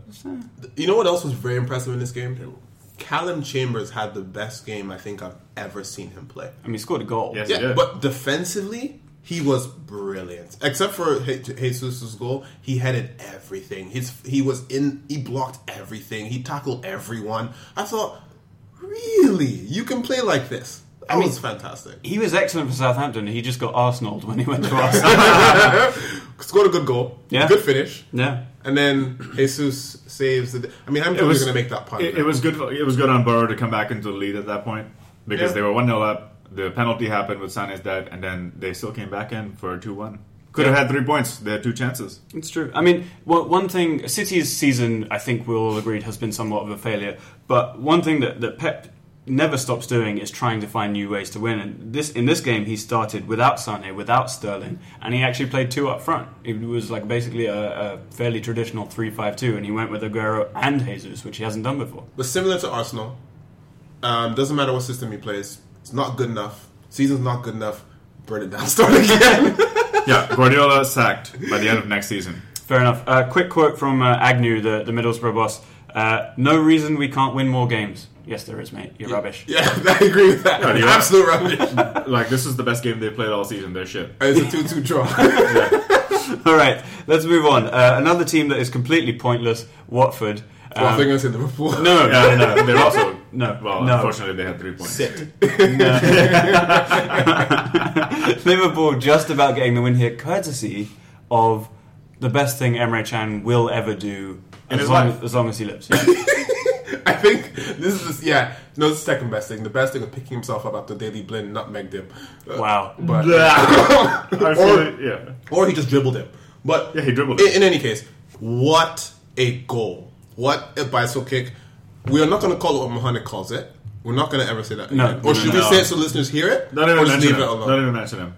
[SPEAKER 3] you know what else was very impressive in this game? Callum Chambers had the best game I think I've ever seen him play.
[SPEAKER 1] I mean, he scored a goal.
[SPEAKER 2] Yes.
[SPEAKER 3] Yeah,
[SPEAKER 2] Yeah.
[SPEAKER 3] but defensively, he was brilliant. Except for Je- Jesus' goal, he headed everything. His he was in. He blocked everything. He tackled everyone. I thought, really, you can play like this? That
[SPEAKER 1] mean-
[SPEAKER 3] was fantastic.
[SPEAKER 1] He was excellent for Southampton. He just got Arsenal when he went to Arsenal.
[SPEAKER 3] Scored a good goal.
[SPEAKER 1] Yeah.
[SPEAKER 3] Good finish.
[SPEAKER 1] yeah.
[SPEAKER 3] And then Jesus saves the. I mean, I'm
[SPEAKER 2] It
[SPEAKER 3] totally
[SPEAKER 2] was
[SPEAKER 3] going to make that pun.
[SPEAKER 2] It, it was good. It was good on Burrow to come back into the lead at that point because
[SPEAKER 3] Yeah.
[SPEAKER 2] they were one 0 up. The penalty happened with Sane's dive, and then they still came back in for two one. Could have had three points. They had two chances.
[SPEAKER 1] It's true. I mean, one one thing, City's season, I think we all agreed, has been somewhat of a failure. But one thing that, that Pep never stops doing is trying to find new ways to win. And this in this game, he started without Sane, without Sterling, and he actually played two up front. It was like basically a, a fairly traditional three-five-two, and he went with Aguero and Jesus, which he hasn't done before.
[SPEAKER 3] but similar to Arsenal, um, doesn't matter what system he plays. It's not good enough. Season's not good enough. Burn it down. Start again.
[SPEAKER 2] Yeah, Guardiola sacked by the end of next season.
[SPEAKER 1] Fair enough. Uh, quick quote from uh, Agnew, the, the Middlesbrough boss. Uh, no reason we can't win more games. Yes, there is, mate. You're rubbish.
[SPEAKER 3] yeah, I agree with that.
[SPEAKER 2] do you want-
[SPEAKER 3] Absolute rubbish.
[SPEAKER 2] Like this is the best game they played all season. They're shit.
[SPEAKER 3] It's a two-two draw.
[SPEAKER 1] All right, let's move on. Uh, another team that is completely pointless, Watford. Um,
[SPEAKER 3] Well, I think I said Liverpool.
[SPEAKER 1] no,
[SPEAKER 2] Yeah, no, they're also
[SPEAKER 1] No,
[SPEAKER 2] Well,
[SPEAKER 1] no.
[SPEAKER 2] unfortunately, they had three points.
[SPEAKER 3] Sit.
[SPEAKER 1] Liverpool just about getting the win here, courtesy of the best thing Emre Chan will ever do
[SPEAKER 2] In
[SPEAKER 1] as
[SPEAKER 2] his
[SPEAKER 1] long,
[SPEAKER 2] life.
[SPEAKER 1] as long as he lives. Yeah.
[SPEAKER 3] I think this is yeah. No, it's the second best thing. The best thing is picking himself up after Daily Blind nutmeg dip. Uh,
[SPEAKER 1] wow.
[SPEAKER 3] But
[SPEAKER 2] I feel
[SPEAKER 3] Or-
[SPEAKER 2] it, yeah.
[SPEAKER 3] or he just dribbled him. But
[SPEAKER 2] Yeah, he dribbled
[SPEAKER 3] in,
[SPEAKER 2] him.
[SPEAKER 3] in any case, what a goal! What a bicycle kick! We are not going to call it what Mohamed calls it. We're not going to ever say that.
[SPEAKER 1] No,
[SPEAKER 3] again.
[SPEAKER 1] no,
[SPEAKER 3] or should
[SPEAKER 2] no.
[SPEAKER 3] we say it so listeners hear it?
[SPEAKER 2] Don't
[SPEAKER 3] or
[SPEAKER 2] even
[SPEAKER 3] just
[SPEAKER 2] mention
[SPEAKER 3] leave
[SPEAKER 2] him.
[SPEAKER 3] it alone.
[SPEAKER 2] Don't even mention him.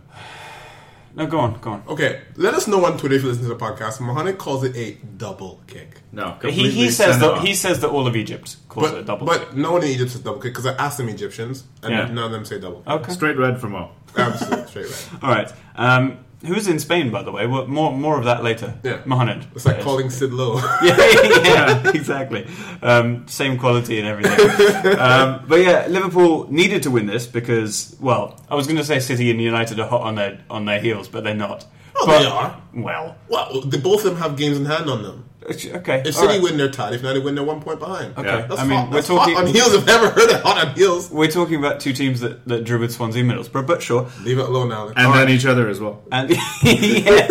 [SPEAKER 1] No, go on, go on.
[SPEAKER 2] Oh,
[SPEAKER 3] Okay, let us know on Twitter if you listen to the podcast. Mohamed calls it a double kick.
[SPEAKER 2] No,
[SPEAKER 1] He,
[SPEAKER 2] completely
[SPEAKER 1] he says
[SPEAKER 2] send him
[SPEAKER 1] that
[SPEAKER 2] off.
[SPEAKER 1] he says that all of Egypt calls it a
[SPEAKER 3] But,
[SPEAKER 1] double.
[SPEAKER 3] but no one in Egypt says double kick because I asked them Egyptians and
[SPEAKER 1] Yeah.
[SPEAKER 3] none of them say double. Kick.
[SPEAKER 1] okay.
[SPEAKER 2] straight red from all.
[SPEAKER 3] Absolutely straight right.
[SPEAKER 1] All right. Um, who's in Spain, by the way? Well, more more of that later.
[SPEAKER 3] Yeah.
[SPEAKER 1] Mohamed.
[SPEAKER 3] It's like
[SPEAKER 1] Yes.
[SPEAKER 3] calling Sid Lowe.
[SPEAKER 1] yeah, yeah, exactly. Um, same quality and everything. Um, but yeah, Liverpool needed to win this because, well, I was going to say City and United are hot on their on their heels, but they're not.
[SPEAKER 3] Oh,
[SPEAKER 1] But-
[SPEAKER 3] they are.
[SPEAKER 1] Well,
[SPEAKER 3] Well, the, both of them have games in hand on them.
[SPEAKER 1] okay.
[SPEAKER 3] If
[SPEAKER 1] all
[SPEAKER 3] City
[SPEAKER 1] right.
[SPEAKER 3] win, they're tied. If not, they win, they're one point behind.
[SPEAKER 1] okay.
[SPEAKER 2] Yeah.
[SPEAKER 3] That's
[SPEAKER 1] I mean,
[SPEAKER 3] hot.
[SPEAKER 1] we're
[SPEAKER 3] That's hot
[SPEAKER 1] talking
[SPEAKER 3] on heels. I've never heard it hot on heels.
[SPEAKER 1] we're talking about two teams that that drew with Swansea and Middlesbrough, but sure.
[SPEAKER 3] Leave it alone, Alex.
[SPEAKER 2] And then each other as well.
[SPEAKER 1] And yes,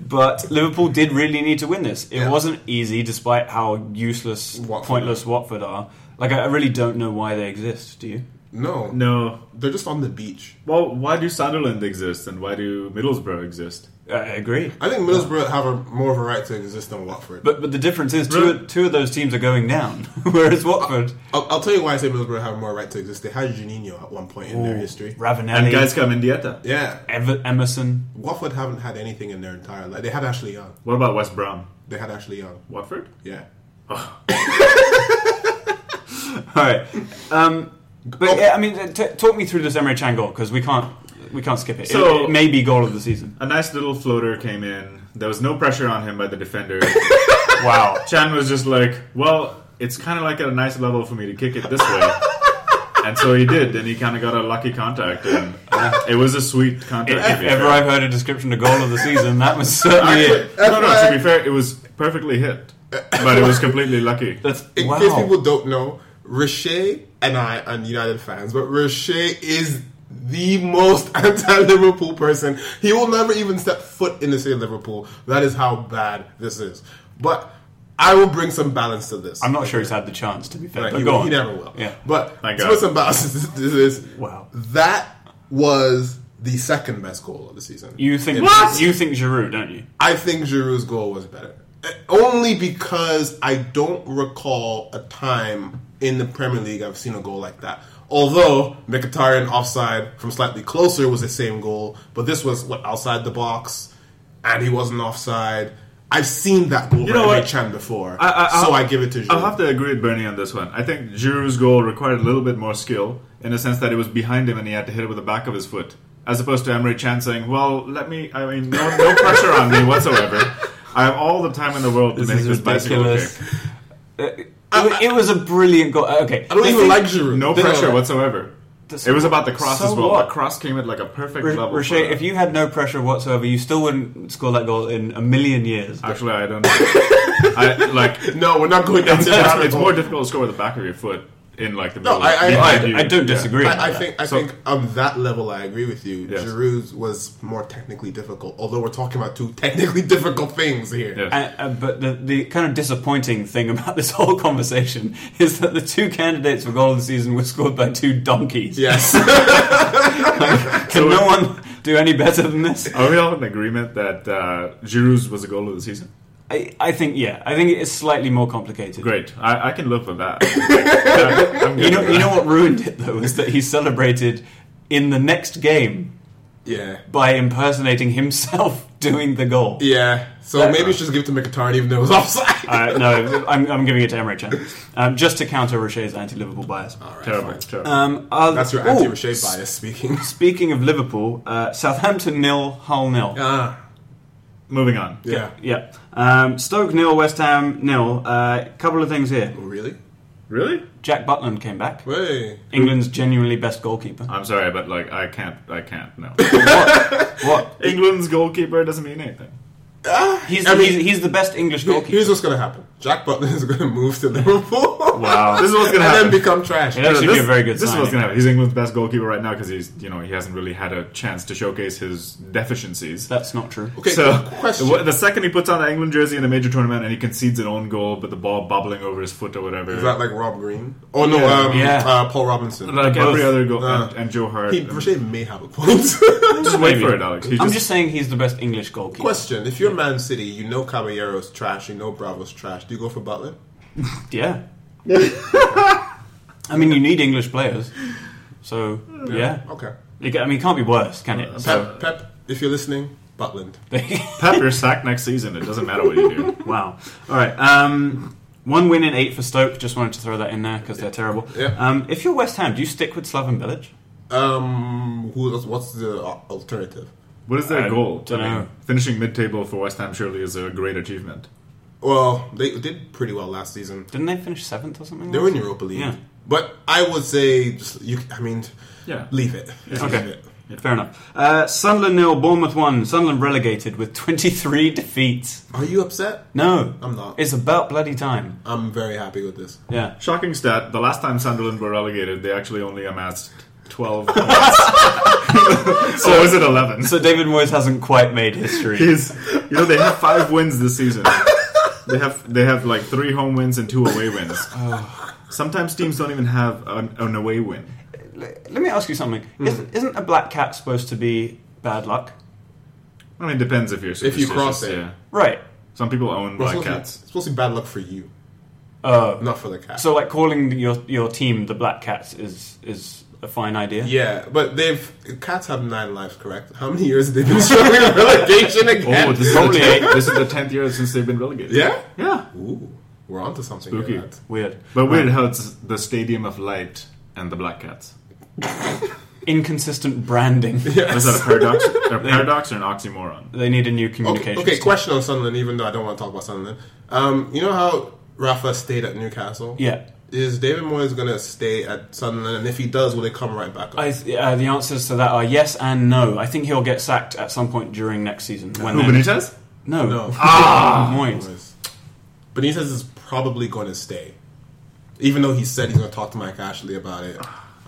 [SPEAKER 1] But Liverpool did really need to win this. It
[SPEAKER 3] Yeah.
[SPEAKER 1] wasn't easy, despite how useless,
[SPEAKER 3] Watford.
[SPEAKER 1] pointless Watford are. Like, I I really don't know why they exist. Do you?
[SPEAKER 3] No,
[SPEAKER 2] No.
[SPEAKER 3] they're just on the beach.
[SPEAKER 2] Well, why do Sunderland exist and why do Middlesbrough exist?
[SPEAKER 1] I agree.
[SPEAKER 3] I think Middlesbrough have a, more of a right to exist than Watford.
[SPEAKER 1] But but the difference is two
[SPEAKER 2] Really?
[SPEAKER 1] two of those teams are going down, whereas Watford.
[SPEAKER 3] I'll, I'll tell you why I say Middlesbrough have more right to exist. They had Juninho at one point in their history.
[SPEAKER 2] And
[SPEAKER 1] Ravenelli,
[SPEAKER 2] guys come in Dieta.
[SPEAKER 3] Yeah,
[SPEAKER 1] Ever- Emerson.
[SPEAKER 3] Watford haven't had anything in their entire life. They had Ashley Young.
[SPEAKER 2] What about West Brom?
[SPEAKER 3] They had Ashley Young.
[SPEAKER 2] Watford?
[SPEAKER 3] Yeah.
[SPEAKER 1] All right. Um, but yeah, I mean, t- talk me through this Emre Chan goal because we can't we can't skip it. it.
[SPEAKER 2] So-
[SPEAKER 1] It may be goal of the season.
[SPEAKER 2] A nice little floater came in. There was no pressure on him by the defender.
[SPEAKER 1] Wow.
[SPEAKER 2] Chan was just like, well, it's kind of like at a nice level for me to kick it this way. and so he did, and he kind of got a lucky contact. And it was a sweet contact. to
[SPEAKER 1] if
[SPEAKER 2] be
[SPEAKER 1] ever
[SPEAKER 2] fair.
[SPEAKER 1] I've heard a description of goal of the season, that was certainly
[SPEAKER 2] Actually,
[SPEAKER 1] it.
[SPEAKER 2] no, no, to be fair, it was perfectly hit. But it was completely lucky.
[SPEAKER 1] That's
[SPEAKER 3] In
[SPEAKER 1] wow.
[SPEAKER 3] case people don't know, Richey and I are United fans, but Richey is the most anti-Liverpool person. He will never even step foot in the city of Liverpool. That is how bad this is. But I will bring some balance to this.
[SPEAKER 1] I'm not sure he's had the chance to be fair.
[SPEAKER 3] Right,
[SPEAKER 1] but
[SPEAKER 3] he,
[SPEAKER 1] go
[SPEAKER 3] will-
[SPEAKER 1] on.
[SPEAKER 3] he never will.
[SPEAKER 1] Yeah.
[SPEAKER 3] But
[SPEAKER 2] Thank
[SPEAKER 3] to
[SPEAKER 2] God.
[SPEAKER 3] put some balance to this, this is
[SPEAKER 1] Wow.
[SPEAKER 3] that was the second best goal of the season.
[SPEAKER 1] you think
[SPEAKER 2] What?
[SPEAKER 1] you think Giroud, don't you?
[SPEAKER 3] I think Giroud's goal was better. Uh, Only because I don't recall a time in the Premier League I've seen a goal like that. Although Mkhitaryan offside from slightly closer was the same goal, but this was what outside the box, and he wasn't offside. I've seen that goal
[SPEAKER 2] know
[SPEAKER 3] by
[SPEAKER 2] what?
[SPEAKER 3] Emre Chan before,
[SPEAKER 2] I- I'll-
[SPEAKER 3] so I give it to Giroud.
[SPEAKER 2] I'll have to agree with Bernie on this one. I think Giroud's goal required a little bit more skill in the sense that it was behind him and he had to hit it with the back of his foot, as opposed to Emery Chan saying, "Well, let me. I mean, no, no pressure on me whatsoever. I have all the time in the world to
[SPEAKER 1] This
[SPEAKER 2] make
[SPEAKER 1] is
[SPEAKER 2] this bicycle
[SPEAKER 1] ridiculous. Uh,
[SPEAKER 2] kick.
[SPEAKER 1] It, wa- it was a brilliant goal. Uh, Okay,
[SPEAKER 3] I don't even like Giroud.
[SPEAKER 2] No
[SPEAKER 3] This-
[SPEAKER 2] pressure whatsoever.
[SPEAKER 1] This-
[SPEAKER 2] It was about the cross
[SPEAKER 1] So
[SPEAKER 2] as well.
[SPEAKER 1] what?
[SPEAKER 2] The cross came at like a perfect level. for
[SPEAKER 1] Roche,
[SPEAKER 2] that.
[SPEAKER 1] if you had no pressure whatsoever, you still wouldn't score that goal in a million years.
[SPEAKER 2] actually, I don't. Know. I like.
[SPEAKER 3] No, we're not going down to that.
[SPEAKER 2] It's, it's
[SPEAKER 3] road.
[SPEAKER 2] more difficult to score with the back of your foot in like the middle.
[SPEAKER 3] I- I-
[SPEAKER 2] Yeah,
[SPEAKER 1] I,
[SPEAKER 2] do.
[SPEAKER 1] I don't
[SPEAKER 2] Yeah.
[SPEAKER 1] disagree. about
[SPEAKER 3] I, I
[SPEAKER 1] that.
[SPEAKER 3] think I
[SPEAKER 2] So-
[SPEAKER 3] think on that level I agree with you.
[SPEAKER 2] Yes.
[SPEAKER 3] Giroud's was more technically difficult, although we're talking about two technically difficult things here.
[SPEAKER 2] Yes.
[SPEAKER 1] Uh, uh, but the, the kind of disappointing thing about this whole conversation is that the two candidates for goal of the season were scored by two donkeys.
[SPEAKER 3] Yes.
[SPEAKER 1] Can no one do any better than this?
[SPEAKER 2] Are we all in agreement that uh, Giroud's was a goal of the season?
[SPEAKER 1] I, I think, yeah. I think it's slightly more complicated.
[SPEAKER 2] Great, I, I can live with that. I, I'm good
[SPEAKER 1] You know,
[SPEAKER 2] with
[SPEAKER 1] you
[SPEAKER 2] that.
[SPEAKER 1] know what ruined it, though, is that he celebrated in the next game
[SPEAKER 3] yeah.
[SPEAKER 1] by impersonating himself doing the goal.
[SPEAKER 3] Yeah. So maybe we should just give it to Mkhitaryan even though it was offside.
[SPEAKER 1] Uh, no, I'm, I'm giving it to Emre Chan. Um, just to counter Roche's anti-Liverpool bias.
[SPEAKER 3] Alright,
[SPEAKER 2] terrible,
[SPEAKER 3] fine.
[SPEAKER 2] terrible.
[SPEAKER 1] Um, I'll-
[SPEAKER 3] That's your
[SPEAKER 1] Ooh,
[SPEAKER 3] anti Roche bias speaking.
[SPEAKER 1] Speaking of Liverpool, uh, Southampton nil, Hull nil.
[SPEAKER 3] Ah.
[SPEAKER 2] Moving on.
[SPEAKER 3] Yeah.
[SPEAKER 1] Yeah. Um, Stoke nil, West Ham nil. A uh, couple of things here.
[SPEAKER 3] Oh, Really?
[SPEAKER 2] Really?
[SPEAKER 1] Jack Butland came back.
[SPEAKER 3] Way.
[SPEAKER 1] England's genuinely best goalkeeper.
[SPEAKER 2] I'm sorry, but like I can't, I can't. No,
[SPEAKER 1] What?
[SPEAKER 2] England's goalkeeper doesn't mean anything.
[SPEAKER 1] He's,
[SPEAKER 3] I mean-
[SPEAKER 1] he's, he's the best English goalkeeper.
[SPEAKER 3] Here's what's gonna happen. Jack Butland is gonna move to Liverpool.
[SPEAKER 2] Wow. Uh, This is what's gonna
[SPEAKER 3] and
[SPEAKER 2] happen.
[SPEAKER 3] then become trash.
[SPEAKER 1] Yeah. Actually
[SPEAKER 2] this,
[SPEAKER 1] be a very good
[SPEAKER 2] This is what's
[SPEAKER 1] signing.
[SPEAKER 2] gonna happen. He's England's best goalkeeper right now because he's, you know, he hasn't really had a chance to showcase his deficiencies.
[SPEAKER 1] That's not true.
[SPEAKER 3] Okay,
[SPEAKER 2] So
[SPEAKER 3] question.
[SPEAKER 2] the second he puts on the England jersey in a major tournament and he concedes an own goal, but the ball bubbling over his foot or whatever,
[SPEAKER 3] Is that like Rob Green? Oh no,
[SPEAKER 2] Yeah.
[SPEAKER 3] um,
[SPEAKER 1] Yeah.
[SPEAKER 3] Uh, Paul Robinson.
[SPEAKER 2] like every
[SPEAKER 1] Both.
[SPEAKER 2] other goal,
[SPEAKER 3] Uh,
[SPEAKER 2] and, and Joe Hart.
[SPEAKER 3] He,
[SPEAKER 2] and-
[SPEAKER 3] Roche may have a point.
[SPEAKER 2] just wait
[SPEAKER 1] Maybe.
[SPEAKER 2] for it, Alex. He
[SPEAKER 1] I'm just saying he's the best English goalkeeper.
[SPEAKER 3] Question: If you're Man City, you know Caballero's trash, you know Bravo's trash. Do you go for Butler?
[SPEAKER 1] Yeah. I mean, you need English players. So, yeah.
[SPEAKER 3] Okay.
[SPEAKER 1] It ca- I mean, it can't be worse, can
[SPEAKER 3] Uh,
[SPEAKER 1] it? So,
[SPEAKER 3] Pep, Pep, if you're listening, Butland.
[SPEAKER 2] Pep, you're sacked next season. It doesn't matter what you do.
[SPEAKER 1] wow. All right. Um, one win in eight for Stoke. Just wanted to throw that in there because they're terrible.
[SPEAKER 3] Yeah.
[SPEAKER 1] Um, if you're West Ham, do you stick with Slaven Bilic?
[SPEAKER 3] Um, who? else- What's the al- alternative?
[SPEAKER 2] What is their
[SPEAKER 1] I
[SPEAKER 2] goal?
[SPEAKER 1] don't know.
[SPEAKER 2] finishing mid-table for West Ham surely is a great achievement.
[SPEAKER 3] Well, they did pretty well last season.
[SPEAKER 1] Didn't they finish seventh or something?
[SPEAKER 3] They were in Europa League,
[SPEAKER 1] Yeah.
[SPEAKER 3] but I would say, just, you. I mean,
[SPEAKER 2] Yeah.
[SPEAKER 3] leave it.
[SPEAKER 1] Okay.
[SPEAKER 3] Leave it.
[SPEAKER 1] Fair enough. Uh, Sunderland nil, Bournemouth one. Sunderland relegated with 23 defeats.
[SPEAKER 3] Are you upset?
[SPEAKER 1] No,
[SPEAKER 3] I'm not.
[SPEAKER 1] It's about bloody time.
[SPEAKER 3] I'm very happy with this.
[SPEAKER 1] Yeah.
[SPEAKER 2] Shocking stat: the last time Sunderland were relegated, they actually only amassed twelve. points. so is it eleven?
[SPEAKER 1] So David Moyes hasn't quite made history.
[SPEAKER 2] He's You know, they have five wins this season. They have they have like three home wins and two away wins. Sometimes teams don't even have an, an away win.
[SPEAKER 1] Let me ask you something.
[SPEAKER 3] Hmm.
[SPEAKER 1] Isn't, isn't a black cat supposed to be bad luck?
[SPEAKER 2] I mean, it depends if you're
[SPEAKER 3] If you cross
[SPEAKER 2] superstitious,
[SPEAKER 3] it.
[SPEAKER 2] Yeah.
[SPEAKER 1] Right.
[SPEAKER 2] Some people own black
[SPEAKER 3] supposed to be-
[SPEAKER 2] cats.
[SPEAKER 3] supposed to be bad luck for you,
[SPEAKER 1] Uh,
[SPEAKER 3] not for the cat.
[SPEAKER 1] so, like, calling your your team the Black Cats is is a fine idea.
[SPEAKER 3] yeah, but they've cats have nine lives, correct? How many years have they been struggling with relegation again?
[SPEAKER 2] Oh, this is, the
[SPEAKER 1] Totally.
[SPEAKER 2] tenth, this is the tenth year since they've been relegated.
[SPEAKER 3] yeah.
[SPEAKER 2] yeah.
[SPEAKER 3] Ooh, we're onto something.
[SPEAKER 2] Spooky.
[SPEAKER 3] Here, lads.
[SPEAKER 1] Weird.
[SPEAKER 2] But weird how it's the Stadium of Light and the Black Cats.
[SPEAKER 1] Inconsistent branding.
[SPEAKER 2] Is that a paradox? a paradox or an oxymoron?
[SPEAKER 1] They need a new
[SPEAKER 3] Okay,
[SPEAKER 1] communication.
[SPEAKER 3] okay, question on Sunderland. Even though I don't want to talk about Sunderland, um, you know how Rafa stayed at Newcastle.
[SPEAKER 1] Yeah.
[SPEAKER 3] Is David Moyes going to stay at Sunderland? And if he does, will he come right back? Up?
[SPEAKER 1] I, uh, the answers to that are yes and no. I think he'll get sacked at some point during next season. When
[SPEAKER 2] Who
[SPEAKER 1] they're-
[SPEAKER 2] Benitez?
[SPEAKER 1] No.
[SPEAKER 3] No.
[SPEAKER 1] Ah, Moyes.
[SPEAKER 3] Moyes. Benitez is probably going to stay, even though he said he's going to talk to Mike Ashley about it.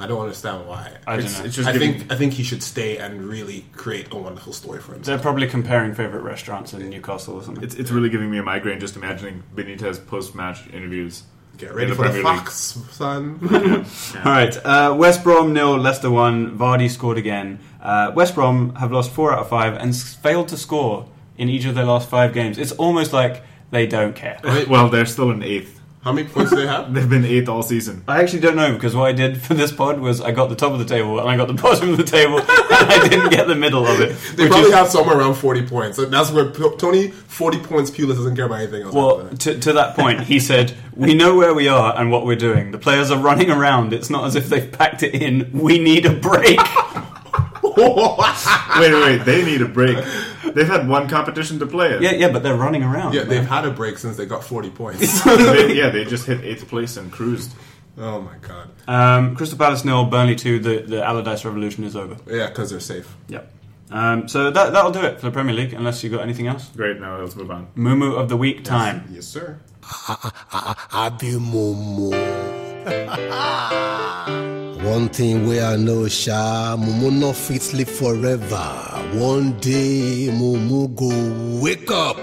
[SPEAKER 3] I don't understand why.
[SPEAKER 1] I don't
[SPEAKER 2] It's,
[SPEAKER 1] know.
[SPEAKER 2] it's just
[SPEAKER 3] I
[SPEAKER 2] giving-
[SPEAKER 3] think I think he should stay and really create a wonderful story for
[SPEAKER 1] They're
[SPEAKER 3] himself.
[SPEAKER 1] probably comparing favorite restaurants in Newcastle or something.
[SPEAKER 2] It's, it's really giving me a migraine just imagining Benitez post match interviews.
[SPEAKER 3] Get
[SPEAKER 2] in
[SPEAKER 3] ready for the
[SPEAKER 2] Premier League.
[SPEAKER 3] Fox, son.
[SPEAKER 1] All right, uh, West Brom nil, Leicester one. Vardy scored again. Uh, West Brom have lost four out of five and s- failed to score in each of their last five games. It's almost like they don't care.
[SPEAKER 2] Well, they're still in eighth.
[SPEAKER 3] How many points do they have?
[SPEAKER 2] They've been eighth all season.
[SPEAKER 1] I actually don't know because what I did for this pod was I got the top of the table and I got the bottom of the table and I didn't get the middle of it.
[SPEAKER 3] They
[SPEAKER 1] which
[SPEAKER 3] probably
[SPEAKER 1] is-
[SPEAKER 3] have somewhere around 40 points. So That's where P- Tony, 40 points, Pulis doesn't care about anything else.
[SPEAKER 1] Well,
[SPEAKER 3] after that.
[SPEAKER 1] to, to that point, he said, "We know where we are and what we're doing. The players are running around. It's not as if they've packed it in. We need a break."
[SPEAKER 2] Wait, wait, wait. They need a break. They've had one competition to play in.
[SPEAKER 1] yeah, yeah, but they're running around.
[SPEAKER 3] yeah,
[SPEAKER 1] man.
[SPEAKER 3] they've had a break since they got 40 points.
[SPEAKER 2] They, yeah, they just hit eighth place and cruised.
[SPEAKER 3] oh my god.
[SPEAKER 1] Um, Crystal Palace nil, Burnley two. The the Allardyce revolution is over.
[SPEAKER 3] Yeah, because they're safe.
[SPEAKER 1] Yep. Um, so that that'll do it for the Premier League. Unless you have got anything else.
[SPEAKER 2] Great, now let's move on.
[SPEAKER 1] Mumu of the week time.
[SPEAKER 3] Yes, sir.
[SPEAKER 5] Happy Momo. One thing where I know, Sha, Momo not fit sleep forever. One day, Momo go wake up.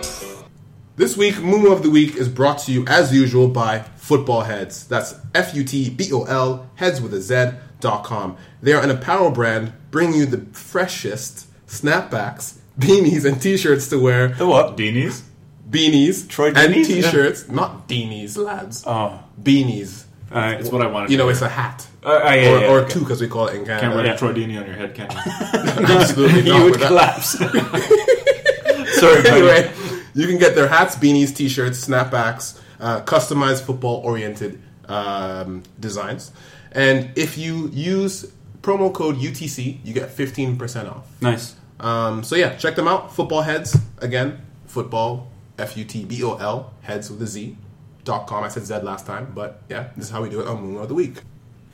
[SPEAKER 3] This week, Mumu of the Week is brought to you as usual by Football Heads. That's F U T B O L, heads with a Z, dot com. They are an apparel brand bringing you the freshest snapbacks, beanies, and t shirts to wear.
[SPEAKER 1] The what?
[SPEAKER 2] Dini's?
[SPEAKER 3] Beanies
[SPEAKER 1] Troy
[SPEAKER 3] and
[SPEAKER 1] beanies?
[SPEAKER 3] t shirts. Not beanies, lads.
[SPEAKER 1] Oh,
[SPEAKER 3] Beanies.
[SPEAKER 1] all right.
[SPEAKER 2] That's what I wanted
[SPEAKER 3] You
[SPEAKER 2] to
[SPEAKER 3] know,
[SPEAKER 2] hear.
[SPEAKER 3] it's a hat.
[SPEAKER 1] Uh, uh, yeah,
[SPEAKER 3] or
[SPEAKER 1] yeah,
[SPEAKER 3] or
[SPEAKER 1] okay.
[SPEAKER 3] two, because we call it in
[SPEAKER 2] Can't wear
[SPEAKER 3] Canada.
[SPEAKER 1] Yeah.
[SPEAKER 2] Troy Deeney on your head, can you?
[SPEAKER 3] Absolutely not.
[SPEAKER 1] you would
[SPEAKER 3] We're not-
[SPEAKER 1] collapse. Sorry, buddy.
[SPEAKER 3] anyway, you can get their hats, beanies, t-shirts, snapbacks, uh, customized football-oriented um, designs. And if you use promo code UTC, you get 15% off.
[SPEAKER 1] Nice.
[SPEAKER 3] Um, so yeah, check them out. Football Heads, again, football, F-U-T-B-O-L, heads with a Z, dot com. I said Z last time, but yeah, this is how we do it on Moon of the Week.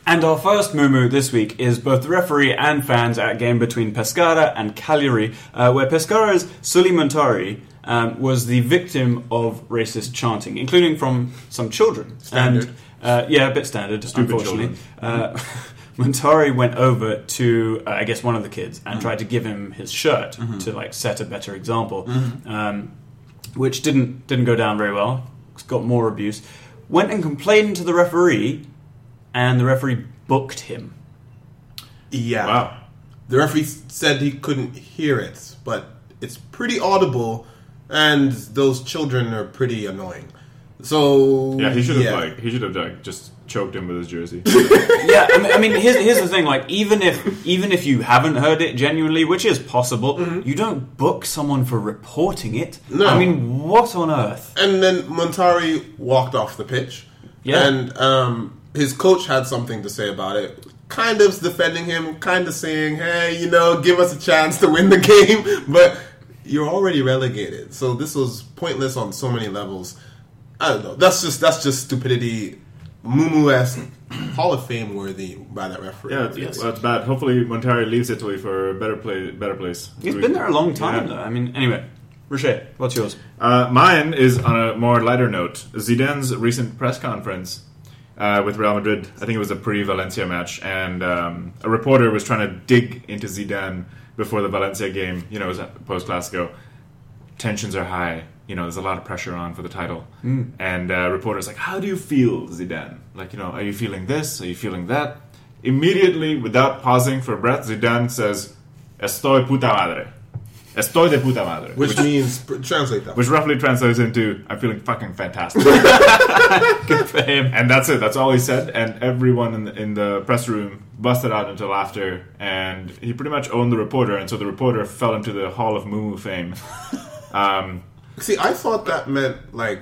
[SPEAKER 1] And our first moo this week is both the referee and fans at a game between Pescara and Cagliari, uh, where Pescara's Sully Montari um, was the victim of racist chanting, including from some children.
[SPEAKER 3] Standard.
[SPEAKER 1] And, uh, yeah, a bit standard, unfortunately.
[SPEAKER 2] children.
[SPEAKER 1] Uh, Montari went over to, uh, I guess, one of the kids and tried to give him his shirt to like set a better example, um, which didn't didn't go down very well. Got more abuse. Went and complained to the referee, and the referee booked him.
[SPEAKER 3] Yeah.
[SPEAKER 2] Wow.
[SPEAKER 3] The referee said he couldn't hear it, but it's pretty audible, and those children are pretty annoying. So
[SPEAKER 2] Yeah, he should have like he should have like just choked him with his jersey.
[SPEAKER 1] yeah, I mean, I mean here's, here's the thing: like, even if even if you haven't heard it genuinely, which is possible, you don't book someone for reporting it.
[SPEAKER 3] No.
[SPEAKER 1] I mean, what on earth?
[SPEAKER 3] And then Montari walked off the pitch.
[SPEAKER 1] Yeah.
[SPEAKER 3] And um, his coach had something to say about it. Kind of defending him, kind of saying, hey, you know, give us a chance to win the game, but you're already relegated. So this was pointless on so many levels. I don't know. That's just that's just stupidity. Mumu esque Hall of Fame worthy by that referee.
[SPEAKER 2] yeah, it's, well, it's bad. Hopefully Montari leaves Italy for a better play better place.
[SPEAKER 1] He's been there a long time,
[SPEAKER 2] Yeah.
[SPEAKER 1] though. I mean, anyway, Rocher, what's yours?
[SPEAKER 2] Uh, mine is on a more lighter note. Zidane's recent press conference uh, with Real Madrid. I think it was a pre-Valencia match, and um, a reporter was trying to dig into Zidane before the Valencia game. You know, it was post Clasico. tensions are high. You know, there's a lot of pressure on for the title. And uh, reporters like, "How do you feel, Zidane? Like, you know, are you feeling this? Are you feeling that?" Immediately, without pausing for breath, Zidane says, "Estoy puta madre. Estoy de puta madre,"
[SPEAKER 3] Which means, pr- translate that.
[SPEAKER 2] which roughly translates into "I'm feeling fucking fantastic."
[SPEAKER 1] for him.
[SPEAKER 2] and that's it. That's all he said. And everyone in the, in the press room busted out into laughter. And he pretty much owned the reporter. And so the reporter fell into the hall of Moo Moo fame. um,
[SPEAKER 3] See, I thought that meant like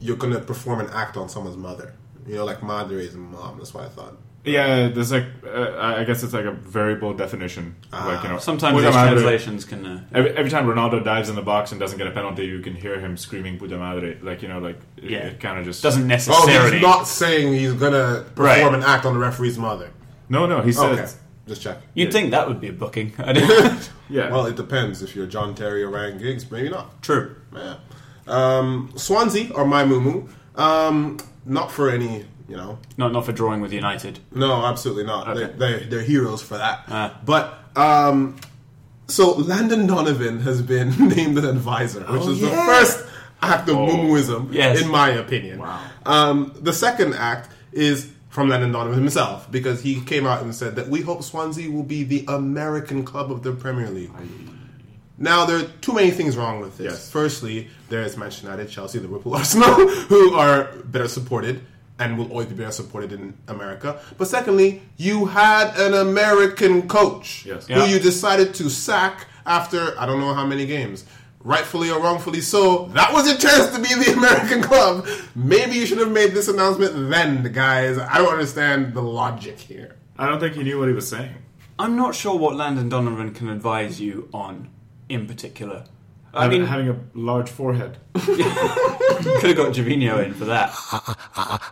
[SPEAKER 3] you're gonna perform an act on someone's mother. You know, like madre is mom. That's what I thought.
[SPEAKER 2] yeah, there's like uh, I guess it's like a variable definition. like, you know,
[SPEAKER 1] Ah, Sometimes
[SPEAKER 2] Puta
[SPEAKER 1] these
[SPEAKER 2] madre.
[SPEAKER 1] translations can. Uh,
[SPEAKER 2] Every, every time Ronaldo dives in the box and doesn't get a penalty, you can hear him screaming "Puta madre!" Like you know, like it,
[SPEAKER 1] Yeah.
[SPEAKER 2] it kind of just
[SPEAKER 1] doesn't
[SPEAKER 3] Oh,
[SPEAKER 1] necessarily.
[SPEAKER 3] he's not saying he's gonna perform
[SPEAKER 1] Right.
[SPEAKER 3] an act on the referee's mother.
[SPEAKER 2] No, no, he says,
[SPEAKER 3] Okay, just check.
[SPEAKER 1] You'd think that would be a booking. I didn't-
[SPEAKER 2] "Yeah,
[SPEAKER 3] Well, it depends. If you're John Terry or Ryan Giggs, maybe not.
[SPEAKER 1] True.
[SPEAKER 3] Yeah. Um, Swansea or my Mumu. Um, not for any, you know.
[SPEAKER 1] Not not for drawing with United.
[SPEAKER 3] No, absolutely not.
[SPEAKER 1] Okay.
[SPEAKER 3] They, they, they're heroes for that.
[SPEAKER 1] Ah.
[SPEAKER 3] But um, so Landon Donovan has been named an advisor, which
[SPEAKER 1] Oh,
[SPEAKER 3] is the
[SPEAKER 1] yeah. Oh,
[SPEAKER 3] first act of Mumuism,
[SPEAKER 1] Yes.
[SPEAKER 3] in my opinion.
[SPEAKER 2] Wow.
[SPEAKER 3] Um, the second act is from Landon Donovan himself because he came out and said that we hope Swansea will be the American club of the Premier League. Now there are too many things wrong with this.
[SPEAKER 2] Yes.
[SPEAKER 3] Firstly, there is Manchester United, Chelsea, Liverpool, Arsenal, who are better supported and will always be better supported in America. But secondly, you had an American coach
[SPEAKER 2] Yes.
[SPEAKER 3] who
[SPEAKER 1] Yeah.
[SPEAKER 3] you decided to sack after I don't know how many games. Rightfully or wrongfully so, that was your chance to be the American club. Maybe you should have made this announcement then, guys. I don't understand the logic here.
[SPEAKER 2] I don't think he knew what he was saying."
[SPEAKER 1] I'm not sure what Landon Donovan can advise you on in particular. I
[SPEAKER 2] Having-
[SPEAKER 1] mean,
[SPEAKER 2] having a large forehead.
[SPEAKER 1] could have got Javino in for that.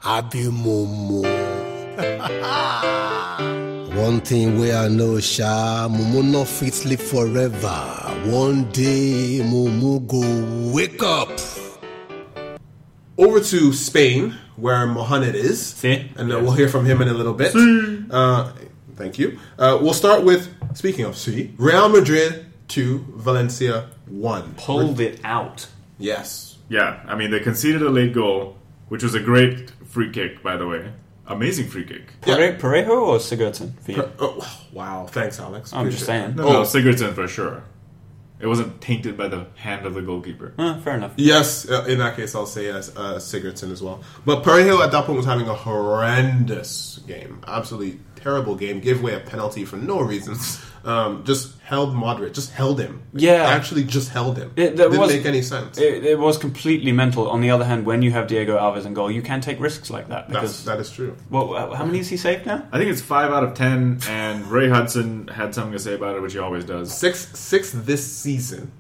[SPEAKER 5] Abi Momo. One thing where I know, Sha, Momo not fit sleep forever. One day, Momo go wake up.
[SPEAKER 3] Over to Spain, where Mohamed is.
[SPEAKER 1] See?
[SPEAKER 3] And uh, we'll hear from him in a little bit. Uh, thank you. Uh, we'll start with, speaking of C, Real Madrid 2, Valencia 1.
[SPEAKER 1] Pulled it out.
[SPEAKER 3] Yes.
[SPEAKER 2] Yeah, I mean they conceded a late goal, which was a great free kick, by the way. Amazing free kick.
[SPEAKER 3] Yeah.
[SPEAKER 1] Pare- Parejo or Sigurdsson for you?
[SPEAKER 3] Oh, wow. Thanks, Alex.
[SPEAKER 1] I'm just
[SPEAKER 3] Appreciate
[SPEAKER 1] saying.
[SPEAKER 2] No,
[SPEAKER 3] Oh.
[SPEAKER 2] no, Sigurdsson for sure. It wasn't tainted by the hand of the goalkeeper.
[SPEAKER 1] Uh, fair enough.
[SPEAKER 3] it. Yes, uh, in that case, I'll say yes, uh, Sigurdsson as well. But Perhill at that point was having a horrendous game. Absolutely terrible game. Gave away a penalty for no reason. Um, just held moderate. Just held him.
[SPEAKER 1] Yeah.
[SPEAKER 3] Actually, just held him.
[SPEAKER 1] It- there
[SPEAKER 3] Didn't
[SPEAKER 1] was-
[SPEAKER 3] make any sense.
[SPEAKER 1] It, it was completely mental. On the other hand, when you have Diego Alves in goal, you can take risks like that
[SPEAKER 3] That's,
[SPEAKER 1] because.
[SPEAKER 3] that is true.
[SPEAKER 1] Well, how many has he saved now?
[SPEAKER 2] I think it's five out of ten, and Ray Hudson had something to say about it, which he always does.
[SPEAKER 3] six six this season,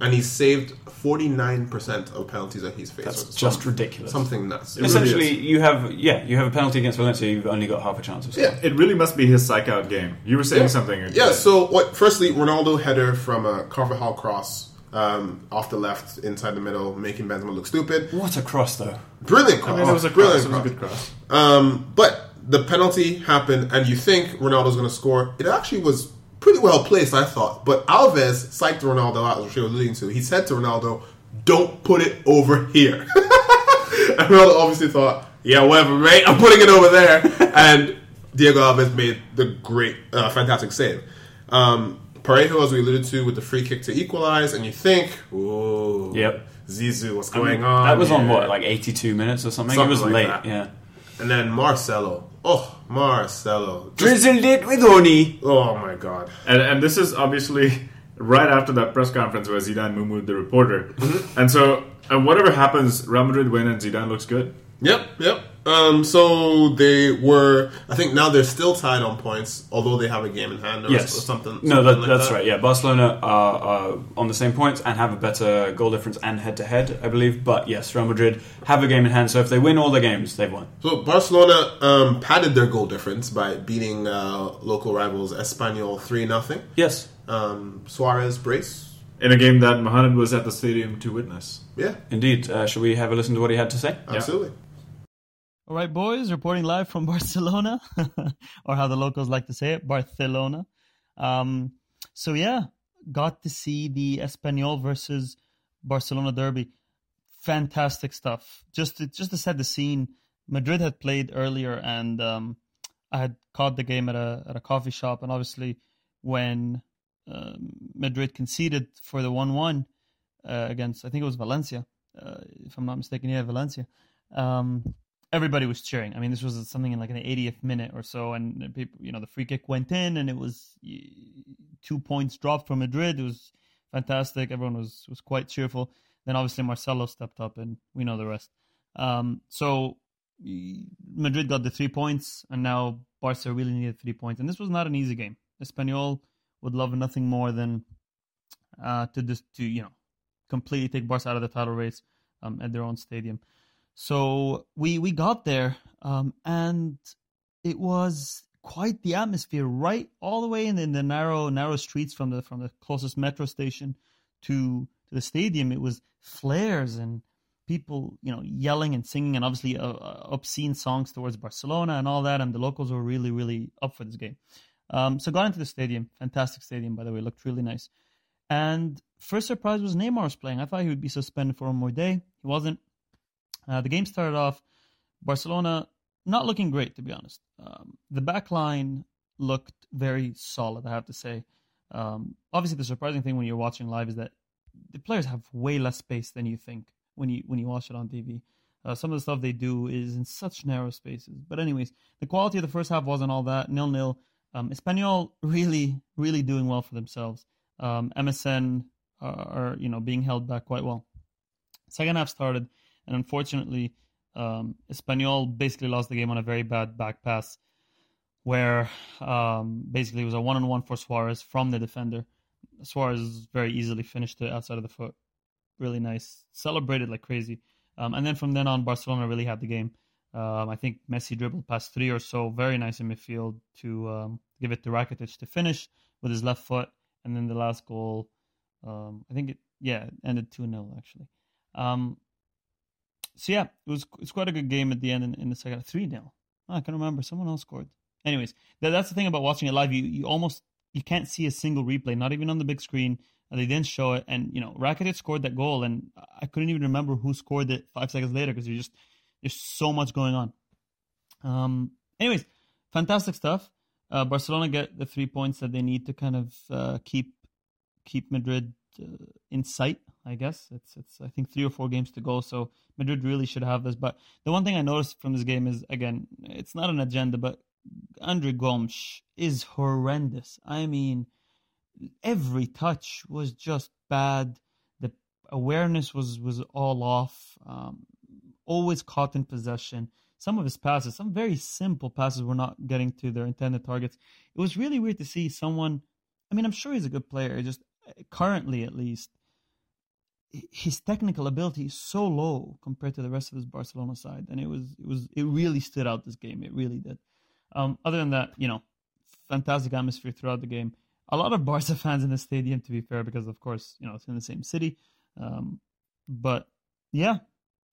[SPEAKER 3] and he's saved forty nine percent of penalties that he's faced.
[SPEAKER 1] That's
[SPEAKER 3] So it's
[SPEAKER 1] just
[SPEAKER 3] some-
[SPEAKER 1] ridiculous.
[SPEAKER 3] Something nuts.
[SPEAKER 2] really
[SPEAKER 1] Essentially,
[SPEAKER 2] is.
[SPEAKER 1] you have yeah, you have a penalty against Valencia. You've only got half a chance of scoring.
[SPEAKER 3] Yeah.
[SPEAKER 2] It really must be his psych out game. You were saying something.
[SPEAKER 3] Yeah. So what? Firstly, Ronaldo header from a Carvajal cross. Um, off the left, inside the middle, making Benzema look stupid.
[SPEAKER 1] What a cross, though.
[SPEAKER 3] Brilliant
[SPEAKER 2] I
[SPEAKER 3] cross.
[SPEAKER 2] mean, it was a cross.
[SPEAKER 3] Oh, Brilliant
[SPEAKER 2] It was a good cross.
[SPEAKER 3] Um, but the penalty happened, and you think Ronaldo's going to score. It actually was pretty well placed, I thought. But Alves psyched Ronaldo out, which he was alluding to. He said to Ronaldo, "Don't put it over here." and Ronaldo obviously thought, "Yeah, whatever, mate. I'm putting it over there." and Diego Alves made the great, uh, fantastic save. Um, Parejo, as we alluded to, with the free kick to equalize, and you think, "Whoa,
[SPEAKER 1] Yep.
[SPEAKER 3] Zizou, what's going on?"
[SPEAKER 1] That was on
[SPEAKER 3] here?"
[SPEAKER 1] what, like 82 minutes or something.
[SPEAKER 3] Something
[SPEAKER 1] it was
[SPEAKER 3] like
[SPEAKER 1] late.
[SPEAKER 3] that.
[SPEAKER 1] Yeah.
[SPEAKER 3] And then Marcelo. Oh, Marcelo. Just-
[SPEAKER 1] Drizzled it with honey.
[SPEAKER 3] oh my god.
[SPEAKER 2] And, and this is obviously right after that press conference where Zidane mooed the reporter.
[SPEAKER 3] Mm-hmm.
[SPEAKER 2] And so, and whatever happens, Real Madrid win and Zidane looks good.
[SPEAKER 3] Yep, yep. Um, so they were. I think now they're still tied on points, although they have a game in hand or,
[SPEAKER 1] Yes.
[SPEAKER 3] or something.
[SPEAKER 1] No, that,
[SPEAKER 3] something like
[SPEAKER 1] that's
[SPEAKER 3] that.
[SPEAKER 1] right. Yeah, Barcelona are, are on the same points and have a better goal difference and head to head, I believe. But yes, Real Madrid have a game in hand. So if they win all their games, they've won.
[SPEAKER 3] So Barcelona um, padded their goal difference by beating uh, local rivals Espanyol three 0
[SPEAKER 1] Yes.
[SPEAKER 3] Um Suarez brace.
[SPEAKER 2] In a game that Mohamed was at the stadium to witness.
[SPEAKER 3] Yeah,
[SPEAKER 1] Indeed. Uh, shall we have a listen to what he had to say?
[SPEAKER 3] absolutely.
[SPEAKER 6] All right, boys, reporting live from Barcelona, or how the locals like to say it, Barcelona. Um, so, yeah, got to see the Espanyol versus Barcelona derby. Fantastic stuff. Just to, just to set the scene, Madrid had played earlier, and um, I had caught the game at a at a coffee shop. And obviously, when uh, Madrid conceded for the one one uh, against, I think it was Valencia, uh, if I'm not mistaken, yeah, Valencia. Um, everybody was cheering. I mean, this was something in like an 80th minute or so, and people, you know, the free kick went in, and it was y- two points dropped from Madrid. It was fantastic. Everyone was was quite cheerful. Then obviously Marcelo stepped up, and we know the rest. Um, so y- Madrid got the three points, and now Barca really needed three points. And this was not an easy game. Espanyol would love nothing more than uh, to just to you know completely take Barca out of the title race um, at their own stadium. So we we got there, um, and it was quite the atmosphere. Right, all the way in, in the narrow narrow streets from the from the closest metro station to to the stadium, it was flares and people, you know, yelling and singing, and obviously uh, uh, obscene songs towards Barcelona and all that. And the locals were really really up for this game. Um, so got into the stadium, fantastic stadium by the way, looked really nice. And first surprise was Neymar was playing. I thought he would be suspended for one more day. He wasn't. Uh, the game started off Barcelona not looking great, to be honest. Um, the back line looked very solid, I have to say. Um, obviously, the surprising thing when you're watching live is that the players have way less space than you think when you when you watch it on TV. Uh, some of the stuff they do is in such narrow spaces. But anyways, the quality of the first half wasn't all that nil nil. Um, Espanyol really really doing well for themselves. Um, MSN are, are you know being held back quite well. Second half started, and unfortunately, um, Espanyol basically lost the game on a very bad back pass, where um, basically it was a one on one for Suarez from the defender. Suarez very easily finished it outside of the foot. Really nice, celebrated like crazy. Um, and then from then on, Barcelona really had the game. Um, I think Messi dribbled past three or so, very nice in midfield to um, give it to Rakitic to finish with his left foot. And then the last goal, um, I think it, yeah, it ended 2 0 actually. Um, so yeah, it was it's quite a good game at the end in, in the second three 0 I can remember someone else scored. Anyways, that, that's the thing about watching it live. You you almost you can't see a single replay, not even on the big screen. And they didn't show it, and you know Rakitic scored that goal, and I couldn't even remember who scored it five seconds later because you just there's so much going on. Um. Anyways, fantastic stuff. Uh, Barcelona get the three points that they need to kind of uh, keep keep Madrid uh, in sight. I guess it's it's I think three or four games to go, so Madrid really should have this. But the one thing I noticed from this game is again, it's not an agenda, but Andre Gomes is horrendous. I mean, every touch was just bad. The awareness was was all off. Um, always caught in possession. Some of his passes, some very simple passes, were not getting to their intended targets. It was really weird to see someone. I mean, I'm sure he's a good player. Just currently, at least, his technical ability is so low compared to the rest of his Barcelona side, and it was it was it really stood out this game. It really did. Um, other than that, you know, fantastic atmosphere throughout the game. A lot of Barca fans in the stadium, to be fair, because of course you know it's in the same city. Um, but yeah,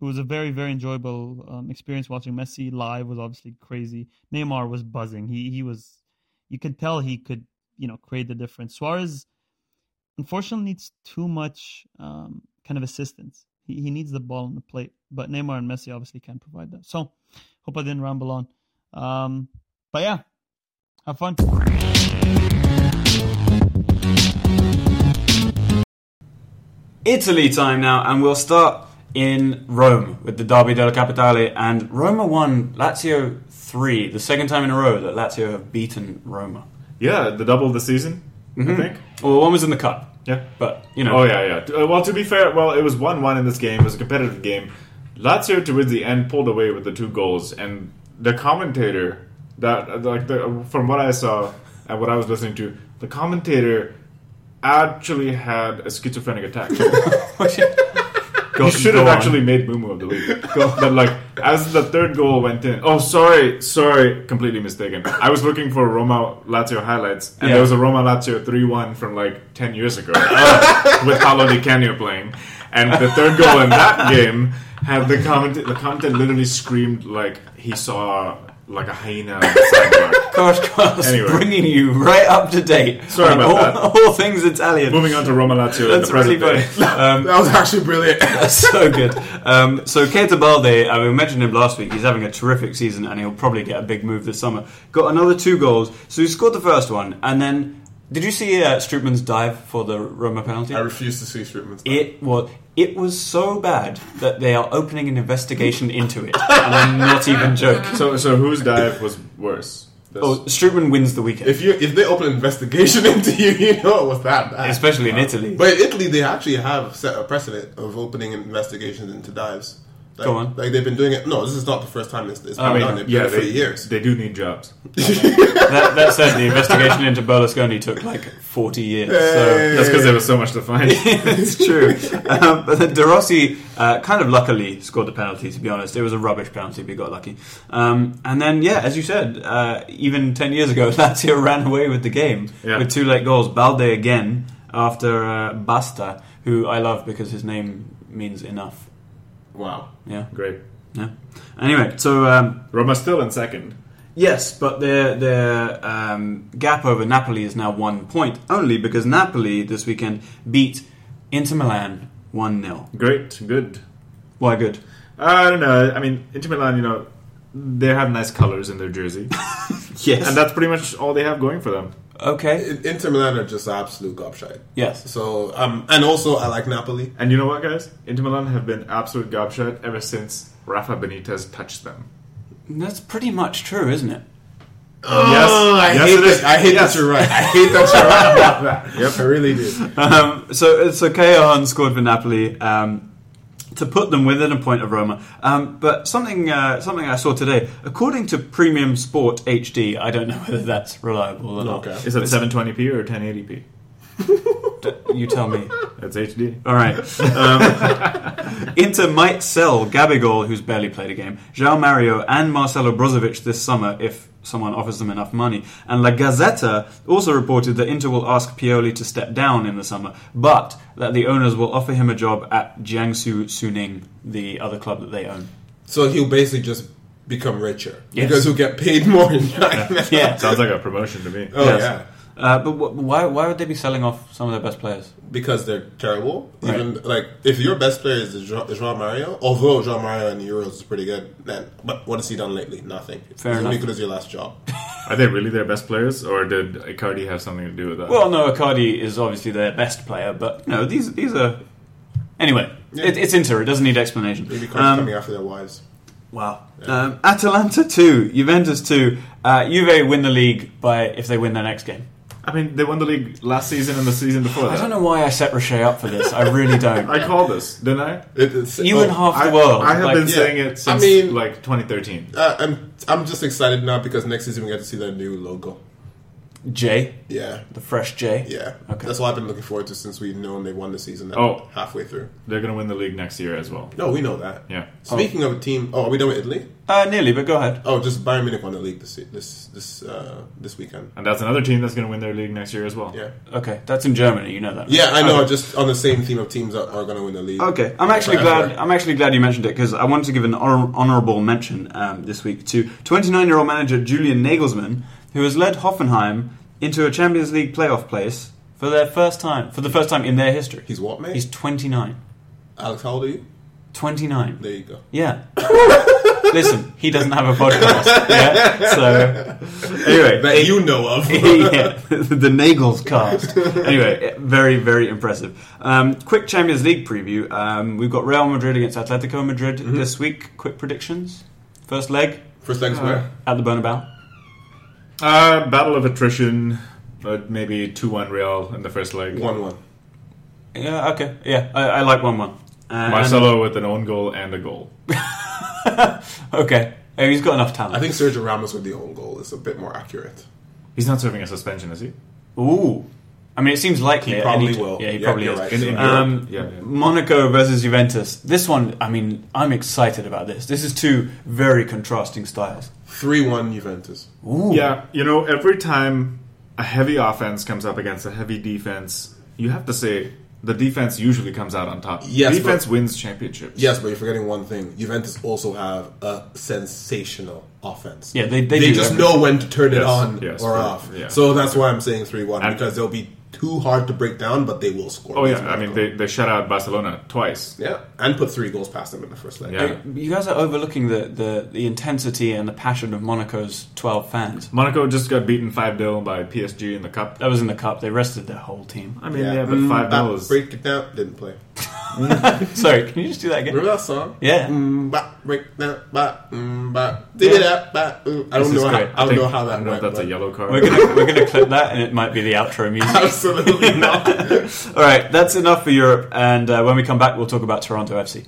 [SPEAKER 6] it was a very very enjoyable um, experience watching Messi live. Was obviously crazy. Neymar was buzzing. He he was, you could tell he could you know create the difference. Suarez unfortunately needs too much um, kind of assistance. He, he needs the ball on the plate, but Neymar and Messi obviously can provide that. So, hope I didn't ramble on. Um, but yeah, have fun.
[SPEAKER 1] Italy time now, and we'll start in Rome with the Derby della Capitale. And Roma won Lazio 3, the second time in a row that Lazio have beaten Roma.
[SPEAKER 2] Yeah, the double of the season, I think.
[SPEAKER 1] Well, one was in the cup,
[SPEAKER 2] Yeah.
[SPEAKER 1] but, you know.
[SPEAKER 2] Oh yeah, yeah. T- uh, Well, to be fair, well, it was one-one in this game. It was a competitive game. Lazio towards the end pulled away with the two goals, and the commentator that uh, like the, from what I saw and what I was listening to, the commentator actually had a schizophrenic attack.
[SPEAKER 1] Go-
[SPEAKER 2] he
[SPEAKER 1] Oh,
[SPEAKER 2] should
[SPEAKER 1] go on.
[SPEAKER 2] have actually made Mumu of the league. but like as the third goal went in, oh sorry, sorry, completely mistaken. I was looking for Roma Lazio highlights, and
[SPEAKER 1] Yeah.
[SPEAKER 2] there was a Roma Lazio three one from like ten years ago uh, with Paolo Di Canio playing, and the third goal in that game had the comment. The commentator literally screamed like he saw like a hyena on the sidewalk.
[SPEAKER 1] Podcast
[SPEAKER 2] Anyway.
[SPEAKER 1] bringing you right up to date
[SPEAKER 2] Sorry
[SPEAKER 1] on
[SPEAKER 2] about
[SPEAKER 1] all, all things Italian.
[SPEAKER 2] Moving on to Roma Lazio. in
[SPEAKER 1] That's
[SPEAKER 2] the present
[SPEAKER 1] really funny.
[SPEAKER 2] day.
[SPEAKER 1] Um,
[SPEAKER 3] That was actually brilliant.
[SPEAKER 1] That's so good. Um, so Keita Balde, I mean, we mentioned him last week. He's having a terrific season, and he'll probably get a big move this summer. Got another two goals. So he scored the first one, and then did you see uh, Strootman's dive for the Roma penalty?
[SPEAKER 3] I refuse to see treatments.
[SPEAKER 1] It was it was so bad that they are opening an investigation into it, and I'm not even joking.
[SPEAKER 2] So, so whose dive was worse? This.
[SPEAKER 1] Oh, Strootman wins the weekend,
[SPEAKER 3] if you if they open an investigation into you, you know it was that bad.
[SPEAKER 1] especially in Italy.
[SPEAKER 3] But in Italy, they actually have set a precedent of opening investigations into dives. Like,
[SPEAKER 1] Go on.
[SPEAKER 3] Like they've been doing it. No, this is not the first time it's, it's been
[SPEAKER 2] I mean,
[SPEAKER 3] done. They've
[SPEAKER 2] Oh, yeah,
[SPEAKER 3] done it for
[SPEAKER 2] they,
[SPEAKER 3] years.
[SPEAKER 2] they do need jobs.
[SPEAKER 1] that, that said, the investigation into Berlusconi took like 40 years. So.
[SPEAKER 2] That's because there was so much to find.
[SPEAKER 1] it's true. Um, but then De Rossi uh, kind of luckily scored the penalty, to be honest. It was a rubbish penalty, but he got lucky. Um, and then, yeah, as you said, uh, even 10 years ago, Lazio ran away with the game
[SPEAKER 2] Yeah.
[SPEAKER 1] with two late goals. Balde again after uh, Basta, who I love because his name means enough.
[SPEAKER 3] Wow.
[SPEAKER 1] Yeah,
[SPEAKER 2] Great.
[SPEAKER 1] yeah. Anyway, so um,
[SPEAKER 2] Roma still in second.
[SPEAKER 1] Yes, but their their um, gap over Napoli is now one point only because Napoli this weekend beat Inter Milan one 0
[SPEAKER 2] Great. Good.
[SPEAKER 1] Why good?
[SPEAKER 2] I don't know. I mean, Inter Milan, you know, they have nice colors in their jersey,
[SPEAKER 1] Yes.
[SPEAKER 2] and that's pretty much all they have going for them.
[SPEAKER 1] okay.
[SPEAKER 3] In- Inter Milan are just absolute gobshite.
[SPEAKER 1] Yes.
[SPEAKER 3] So um, and also I like Napoli.
[SPEAKER 2] And you know what, guys? Inter Milan have been absolute gobshite ever since Rafa Benitez touched them.
[SPEAKER 1] That's pretty much true, isn't it?
[SPEAKER 2] yes,
[SPEAKER 3] I
[SPEAKER 2] yes,
[SPEAKER 3] hate
[SPEAKER 2] it is.
[SPEAKER 3] that. I hate
[SPEAKER 2] yes.
[SPEAKER 3] that you're right. I hate that you're right about that. I really do.
[SPEAKER 1] Um, so so Keohan scored for Napoli um, to put them within a point of Roma. Um, but something uh, something I saw today, according to Premium Sport HD, I don't know whether that's reliable or not.
[SPEAKER 3] Okay.
[SPEAKER 2] Is it 720p or 1080p?
[SPEAKER 1] You tell me.
[SPEAKER 2] That's HD.
[SPEAKER 1] All right. Um, Inter might sell Gabigol, who's barely played a game, João Mario, and Marcelo Brozovic this summer if someone offers them enough money. And La Gazzetta also reported that Inter will ask Pioli to step down in the summer, but that the owners will offer him a job at Jiangsu Suning, the other club that they own.
[SPEAKER 3] So he'll basically just become richer
[SPEAKER 1] Yes.
[SPEAKER 3] because he'll get paid more in China.
[SPEAKER 1] Yeah.
[SPEAKER 2] Sounds like a promotion to me.
[SPEAKER 3] Oh
[SPEAKER 1] Yes.
[SPEAKER 3] yeah.
[SPEAKER 1] Uh, but wh- why, why would they be selling off some of their best players?
[SPEAKER 3] because they're terrible.
[SPEAKER 1] Right.
[SPEAKER 3] Even like if your best player is Jean Mario, although Jean Mario in the Euros is pretty good, then but what has he done lately? Nothing.
[SPEAKER 1] Fair
[SPEAKER 3] it's
[SPEAKER 1] enough.
[SPEAKER 3] Only good as your last job.
[SPEAKER 2] Are they really their best players, or did Icardi have something to do with that?
[SPEAKER 1] Well, no, Icardi is obviously their best player, but no, these these are. Anyway, it, it's Inter. It doesn't need explanation.
[SPEAKER 3] Maybe Cardi's
[SPEAKER 1] Um,
[SPEAKER 3] coming after their wives.
[SPEAKER 1] Wow. Um, Atalanta 2, Juventus 2. Uh, Juve win the league by if they win their next game.
[SPEAKER 2] I mean, they won the league last season and the season before that.
[SPEAKER 1] I don't know why I set Rocher up for this. I really don't.
[SPEAKER 2] I called this, didn't I?
[SPEAKER 3] It, it's,
[SPEAKER 1] you
[SPEAKER 3] oh,
[SPEAKER 1] and half
[SPEAKER 2] I,
[SPEAKER 1] the world.
[SPEAKER 2] I have
[SPEAKER 1] Like,
[SPEAKER 2] been
[SPEAKER 3] yeah.
[SPEAKER 2] saying it
[SPEAKER 3] I
[SPEAKER 2] since
[SPEAKER 3] mean-
[SPEAKER 2] like 2013.
[SPEAKER 3] Uh, I'm I'm just excited now because next season we get to see their new logo.
[SPEAKER 1] J,
[SPEAKER 3] Yeah.
[SPEAKER 1] the fresh J.
[SPEAKER 3] Yeah,
[SPEAKER 1] Okay.
[SPEAKER 3] that's what I've been looking forward to since we've known they won the season.
[SPEAKER 2] Oh.
[SPEAKER 3] halfway through.
[SPEAKER 2] They're going to win the league next year as well.
[SPEAKER 3] No, we know that.
[SPEAKER 2] Yeah.
[SPEAKER 3] Speaking of a team, oh, are we done with Italy?
[SPEAKER 1] Uh, nearly, but go ahead.
[SPEAKER 3] Oh, just Bayern Munich won the league this this this uh, this weekend.
[SPEAKER 2] And that's another team that's going to win their league next year as well.
[SPEAKER 3] Yeah.
[SPEAKER 1] Okay, that's in Germany. You know that. right?
[SPEAKER 3] Yeah, I know. Just on the same theme of teams that are going to win the league.
[SPEAKER 1] Okay, I'm actually
[SPEAKER 3] Forever.
[SPEAKER 1] glad. I'm actually glad you mentioned it because I wanted to give an honor- honourable mention um, this week to 29-year-old manager Julian Nagelsmann, who has led Hoffenheim into a Champions League playoff place for their first time for the first time in their history.
[SPEAKER 3] He's what, mate?
[SPEAKER 1] He's 29.
[SPEAKER 3] Alex, how old are you?
[SPEAKER 1] 29.
[SPEAKER 3] There you go.
[SPEAKER 1] Yeah. Listen, he doesn't have a podcast. Yeah. So anyway,
[SPEAKER 3] That you know of.
[SPEAKER 1] yeah, the Nagels cast. Anyway, very, very impressive. Um, quick Champions League preview. Um, we've got Real Madrid against Atletico Madrid
[SPEAKER 3] Mm-hmm.
[SPEAKER 1] this week. Quick predictions. First leg
[SPEAKER 3] First legs where?
[SPEAKER 1] at the Bernabeu.
[SPEAKER 2] Uh, battle of attrition, but maybe 2 1 Real in the first leg.
[SPEAKER 3] One one.
[SPEAKER 1] Yeah, okay. Yeah, I, I like 1 1. Uh,
[SPEAKER 2] Marcelo with an own goal and a goal.
[SPEAKER 1] and- okay. Oh, he's got enough talent.
[SPEAKER 3] I think Sergio Ramos with the own goal is a bit more accurate.
[SPEAKER 2] He's not serving a suspension, is he?
[SPEAKER 1] Ooh. I mean, it seems likely.
[SPEAKER 3] He probably
[SPEAKER 1] at any-
[SPEAKER 3] will.
[SPEAKER 1] Yeah, he
[SPEAKER 3] Yeah,
[SPEAKER 1] probably
[SPEAKER 3] you're
[SPEAKER 1] is.
[SPEAKER 3] right.
[SPEAKER 2] In, in
[SPEAKER 1] Um,
[SPEAKER 2] Europe? Yeah, yeah.
[SPEAKER 1] Monaco versus Juventus. This one, I mean, I'm excited about this. This is two very contrasting styles.
[SPEAKER 3] Three one Juventus.
[SPEAKER 1] Ooh.
[SPEAKER 2] Yeah, you know, every time a heavy offense comes up against a heavy defense, you have to say, the defense usually comes out on top.
[SPEAKER 3] Yes,
[SPEAKER 2] defense
[SPEAKER 3] but-
[SPEAKER 2] wins championships.
[SPEAKER 3] Yes, but you're forgetting one thing. Juventus also have a sensational offense.
[SPEAKER 1] Yeah, they- they do
[SPEAKER 3] just
[SPEAKER 1] everything.
[SPEAKER 3] know when to turn it
[SPEAKER 2] Yes,
[SPEAKER 3] on
[SPEAKER 2] yes,
[SPEAKER 3] or
[SPEAKER 2] right,
[SPEAKER 3] off.
[SPEAKER 2] yeah.
[SPEAKER 3] So that's why I'm saying three one
[SPEAKER 2] And-
[SPEAKER 3] because they'll be too hard to break down, but they will score.
[SPEAKER 2] Oh yeah,
[SPEAKER 3] That's
[SPEAKER 2] I mean
[SPEAKER 3] my
[SPEAKER 2] they, they shut out Barcelona twice.
[SPEAKER 3] goal. yeah, and put three goals past them in the first leg.
[SPEAKER 2] Yeah.
[SPEAKER 1] You guys are overlooking the, the, the intensity and the passion of Monaco's 12 fans.
[SPEAKER 2] Monaco just got beaten 5-0 by PSG in the cup.
[SPEAKER 1] That was in the cup. They rested their whole team.
[SPEAKER 2] I mean, yeah,
[SPEAKER 3] Yeah.
[SPEAKER 2] but 5-0
[SPEAKER 3] Bap,
[SPEAKER 2] is...
[SPEAKER 3] break it down. Didn't play.
[SPEAKER 1] Sorry, can you just do that again?
[SPEAKER 3] Remember that song?
[SPEAKER 1] Yeah.
[SPEAKER 3] Mm, bap, break down. Bap, mm, bap. Did it up, bap, mm. I
[SPEAKER 2] This
[SPEAKER 3] don't
[SPEAKER 2] is
[SPEAKER 3] know. How,
[SPEAKER 2] great.
[SPEAKER 3] I don't
[SPEAKER 2] think-
[SPEAKER 3] know how
[SPEAKER 2] I
[SPEAKER 3] that
[SPEAKER 2] don't know if
[SPEAKER 3] went.
[SPEAKER 2] that's a
[SPEAKER 3] but-
[SPEAKER 2] yellow card.
[SPEAKER 1] We're gonna we're gonna clip that, and it might be the outro music.
[SPEAKER 3] Absolutely not.
[SPEAKER 1] All right, that's enough for Europe. And uh, when we come back, we'll talk about Toronto FC.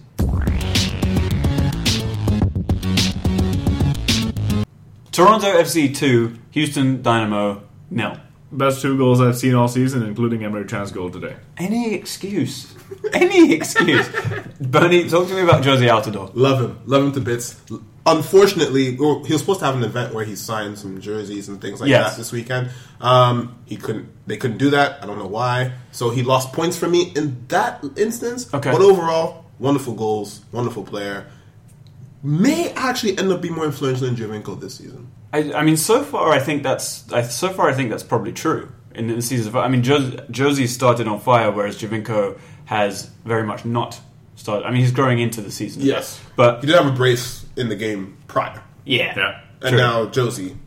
[SPEAKER 1] Toronto FC two, Houston Dynamo nil.
[SPEAKER 2] Best two goals I've seen all season, including Emery Tran's goal today.
[SPEAKER 1] Any excuse, any excuse. Bernie, talk to me about Jose Altidore.
[SPEAKER 3] Love him. Love him to bits. Unfortunately, well, he was supposed to have an event where he signed some jerseys and things like
[SPEAKER 1] Yes.
[SPEAKER 3] that this weekend. Um, he couldn't. They couldn't do that. I don't know why. So he lost points for me in that instance.
[SPEAKER 1] Okay.
[SPEAKER 3] But overall, wonderful goals. Wonderful player. May actually end up being more influential than Jovinko this season.
[SPEAKER 1] I, I mean, so far, I think that's I, so far. I think that's probably true in, in the season. I mean, Jos- Josie started on fire, whereas Javinko has very much not started. I mean, he's growing into the season.
[SPEAKER 3] Yes.
[SPEAKER 1] but
[SPEAKER 3] He did have a brace in the game prior,
[SPEAKER 1] yeah,
[SPEAKER 2] Yeah.
[SPEAKER 3] and
[SPEAKER 1] True.
[SPEAKER 3] now Josie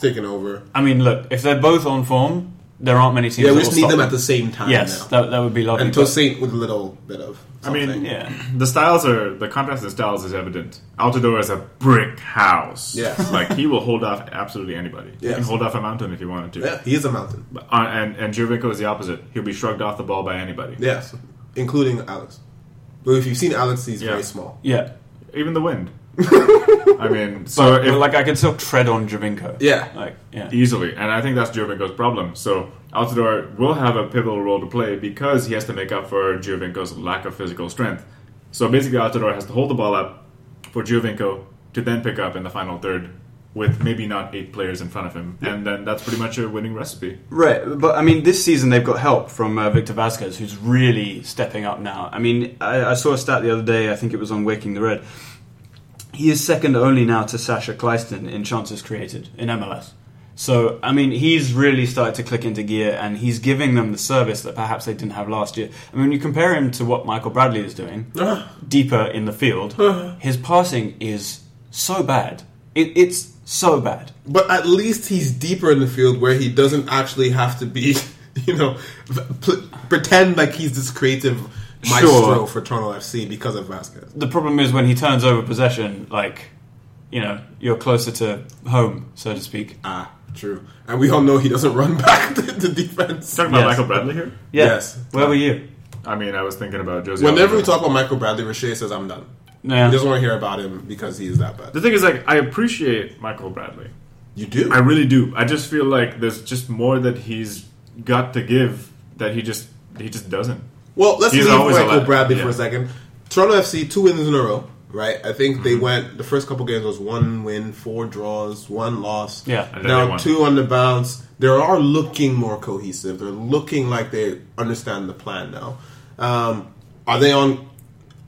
[SPEAKER 3] taking over.
[SPEAKER 1] I mean, look, if they're both on form, there aren't many teams.
[SPEAKER 3] Yeah,
[SPEAKER 1] that
[SPEAKER 3] we
[SPEAKER 1] will
[SPEAKER 3] just need
[SPEAKER 1] stop
[SPEAKER 3] them at the same time.
[SPEAKER 1] Yes,
[SPEAKER 3] now.
[SPEAKER 1] that, that would be lovely.
[SPEAKER 3] and to
[SPEAKER 1] but-
[SPEAKER 3] Saint with a little bit of.
[SPEAKER 2] I mean,
[SPEAKER 3] something.
[SPEAKER 1] yeah,
[SPEAKER 2] The styles are the contrast in styles is evident. Altidore is a brick house.
[SPEAKER 3] Yes.
[SPEAKER 2] like he will hold off absolutely anybody. You can
[SPEAKER 3] Yes.
[SPEAKER 2] hold off a mountain if you wanted to.
[SPEAKER 3] yeah, he is a mountain.
[SPEAKER 2] But- uh, and and Jovinko is the opposite. He'll be shrugged off the ball by anybody.
[SPEAKER 3] Yes, including Alex. But if you've seen Alex, he's
[SPEAKER 2] Yeah.
[SPEAKER 3] very small.
[SPEAKER 1] yeah.
[SPEAKER 2] Even the wind. I mean, so
[SPEAKER 1] But,
[SPEAKER 2] if,
[SPEAKER 1] like, I could still tread on Javinko.
[SPEAKER 3] Yeah.
[SPEAKER 1] like yeah.
[SPEAKER 2] easily, and I think that's Jovinko's problem. So Altidore will have a pivotal role to play because he has to make up for Jovinko's lack of physical strength. So basically, Altidore has to hold the ball up for Jovinko to then pick up in the final third with maybe not eight players in front of him, and then that's pretty much a winning recipe.
[SPEAKER 1] Right, but I mean, this season they've got help from uh, Victor Vasquez, who's really stepping up now. I mean, I, I saw a stat the other day. I think it was on Waking the Red. He is second only now to Sasha Kleiston in chances created in MLS. So, I mean, he's really started to click into gear, and he's giving them the service that perhaps they didn't have last year. I mean, when you compare him to what Michael Bradley is doing deeper in the field, his passing is so bad. It, it's so bad.
[SPEAKER 3] But at least he's deeper in the field where he doesn't actually have to be, you know, v- pl- pretend like he's this creative maestro
[SPEAKER 1] Sure.
[SPEAKER 3] for Toronto FC because of Vasquez.
[SPEAKER 1] the problem is when he turns over possession, like, you know, you're closer to home, so to speak.
[SPEAKER 3] Ah, true. And we all know he doesn't run back to, to defense.
[SPEAKER 2] Talking about
[SPEAKER 1] Yes.
[SPEAKER 2] Michael Bradley here.
[SPEAKER 1] Yeah.
[SPEAKER 3] Yes.
[SPEAKER 1] Where were you?
[SPEAKER 2] I mean, I was thinking about Jose.
[SPEAKER 3] Whenever we
[SPEAKER 2] Altidore.
[SPEAKER 3] talk about Michael Bradley, Richey says, I'm done.
[SPEAKER 1] No.
[SPEAKER 3] He doesn't want to hear about him because he is that bad.
[SPEAKER 2] the thing is, like, I appreciate Michael Bradley.
[SPEAKER 3] You do.
[SPEAKER 2] I really do. I just feel like there's just more that he's got to give that he just he just doesn't.
[SPEAKER 3] Well, let's
[SPEAKER 2] He's
[SPEAKER 3] leave
[SPEAKER 2] always
[SPEAKER 3] Michael
[SPEAKER 2] allowed-
[SPEAKER 3] Bradley for
[SPEAKER 2] yeah.
[SPEAKER 3] a second. Toronto FC two wins in a row, right? I think they went the first couple games was one win, four draws, one loss.
[SPEAKER 1] Yeah. And
[SPEAKER 2] then they
[SPEAKER 3] now
[SPEAKER 2] won.
[SPEAKER 3] two on the bounce. They are looking more cohesive. They're looking like they understand the plan now. Um, are they on?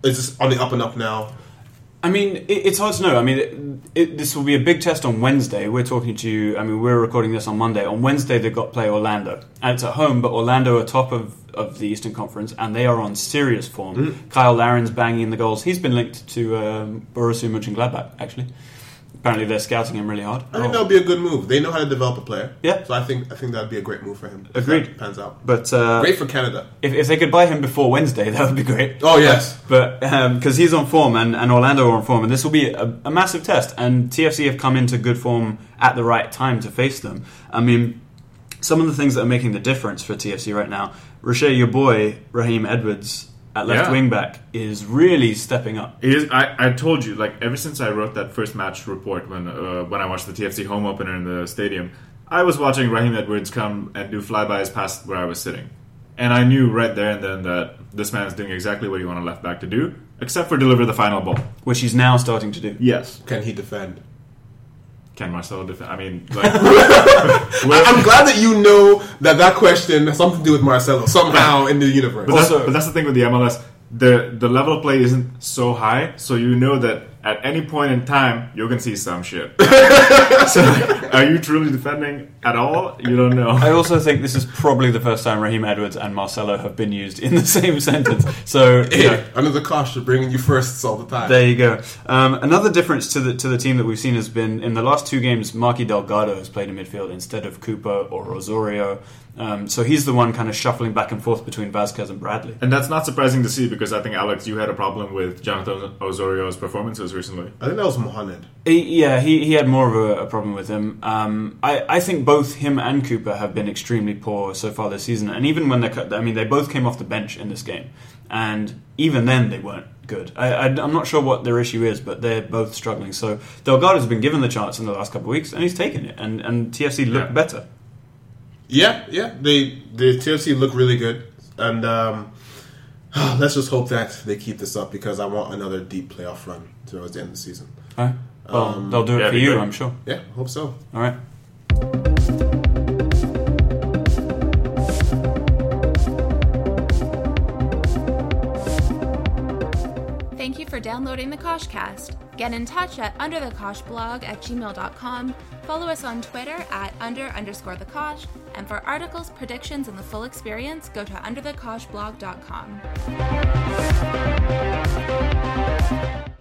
[SPEAKER 3] Is this on the up and up now?
[SPEAKER 1] I mean, it, it's hard to know. I mean, it, it, this will be a big test on Wednesday. We're talking to you. I mean, we're recording this on Monday. On Wednesday, they've got to play Orlando, and it's at home. But Orlando are top of, of the Eastern Conference, and they are on serious form.
[SPEAKER 3] Mm.
[SPEAKER 1] Kyle Laren's banging in the goals. He's been linked to um, Borussia Mönchengladbach. Actually, apparently they're scouting him really hard.
[SPEAKER 3] I think
[SPEAKER 1] Oh.
[SPEAKER 3] that would be a good move. They know how to develop a player.
[SPEAKER 1] Yeah.
[SPEAKER 3] So I think I think that'd be a great move for him. if
[SPEAKER 1] Agreed.
[SPEAKER 3] that Pans out.
[SPEAKER 1] But uh,
[SPEAKER 3] Great for Canada.
[SPEAKER 1] if, if they could buy him before Wednesday, that would be great.
[SPEAKER 3] Oh yes.
[SPEAKER 1] But because he's on form and, and Orlando are on form, and this will be a, a massive test. And TFC have come into good form at the right time to face them. I mean, some of the things that are making the difference for TFC right now, Rocher, your boy, Raheem Edwards at left
[SPEAKER 2] Yeah.
[SPEAKER 1] wing back, is really stepping up.
[SPEAKER 2] It is. I, I told you, like, ever since I wrote that first match report when uh, when I watched the TFC home opener in the stadium, I was watching Raheem Edwards come and do flybys past where I was sitting, and I knew right there and then that this man is doing exactly what you want a left back to do, except for deliver the final ball.
[SPEAKER 1] Which he's now starting to do.
[SPEAKER 2] Yes.
[SPEAKER 3] Can he defend?
[SPEAKER 2] Can Marcelo defend? I mean, like,
[SPEAKER 3] I- I'm glad that you know that that question has something to do with Marcelo somehow in the universe.
[SPEAKER 2] But that's,
[SPEAKER 1] Also-
[SPEAKER 2] but that's the thing with the MLS. The the level of play isn't so high, so you know that at any point in time you're gonna see some shit. so are you truly defending at all? You don't
[SPEAKER 1] I
[SPEAKER 2] know.
[SPEAKER 1] also think this is probably the first time Raheem Edwards and Marcelo have been used in the same sentence. So you know,
[SPEAKER 3] Hey, another cost of bringing you firsts all the time.
[SPEAKER 1] There you go. Um, another difference to the to the team that we've seen has been in the last two games. Marky Delgado has played in midfield instead of Cooper or Rosario, um, so he's the one kind of shuffling back and forth between Vasquez and Bradley.
[SPEAKER 2] And that's not surprising to see because I think Alex, you had a problem with Jonathan Osorio's performances recently.
[SPEAKER 3] I think that was Mohamed.
[SPEAKER 1] He- yeah, he, he had more of a, a problem with him. Um, I I think both him and Cooper have been extremely poor so far this season, and even when they cut, I mean they both came off the bench in this game, and even then they weren't good. I, I I'm not sure what their issue is, but they're both struggling. So Delgado's been given the chance in the last couple of weeks, and he's taken it, and and TFC looked
[SPEAKER 2] Yeah.
[SPEAKER 1] better.
[SPEAKER 3] Yeah, yeah. They the TFC look really good, and um, let's just hope that they keep this up because I want another deep playoff run towards the end of the season.
[SPEAKER 1] Huh? Well, they'll do it
[SPEAKER 2] Um, yeah,
[SPEAKER 1] for
[SPEAKER 2] be
[SPEAKER 1] you,
[SPEAKER 2] great.
[SPEAKER 1] I'm sure.
[SPEAKER 3] Yeah, hope so.
[SPEAKER 1] All right.
[SPEAKER 7] Thank you for downloading the Koshcast. Get in touch at underthekoshblog at gmail.com. Follow us on Twitter at under underscore the Kosh. And for articles, predictions, and the full experience, go to underthekoshblog.com.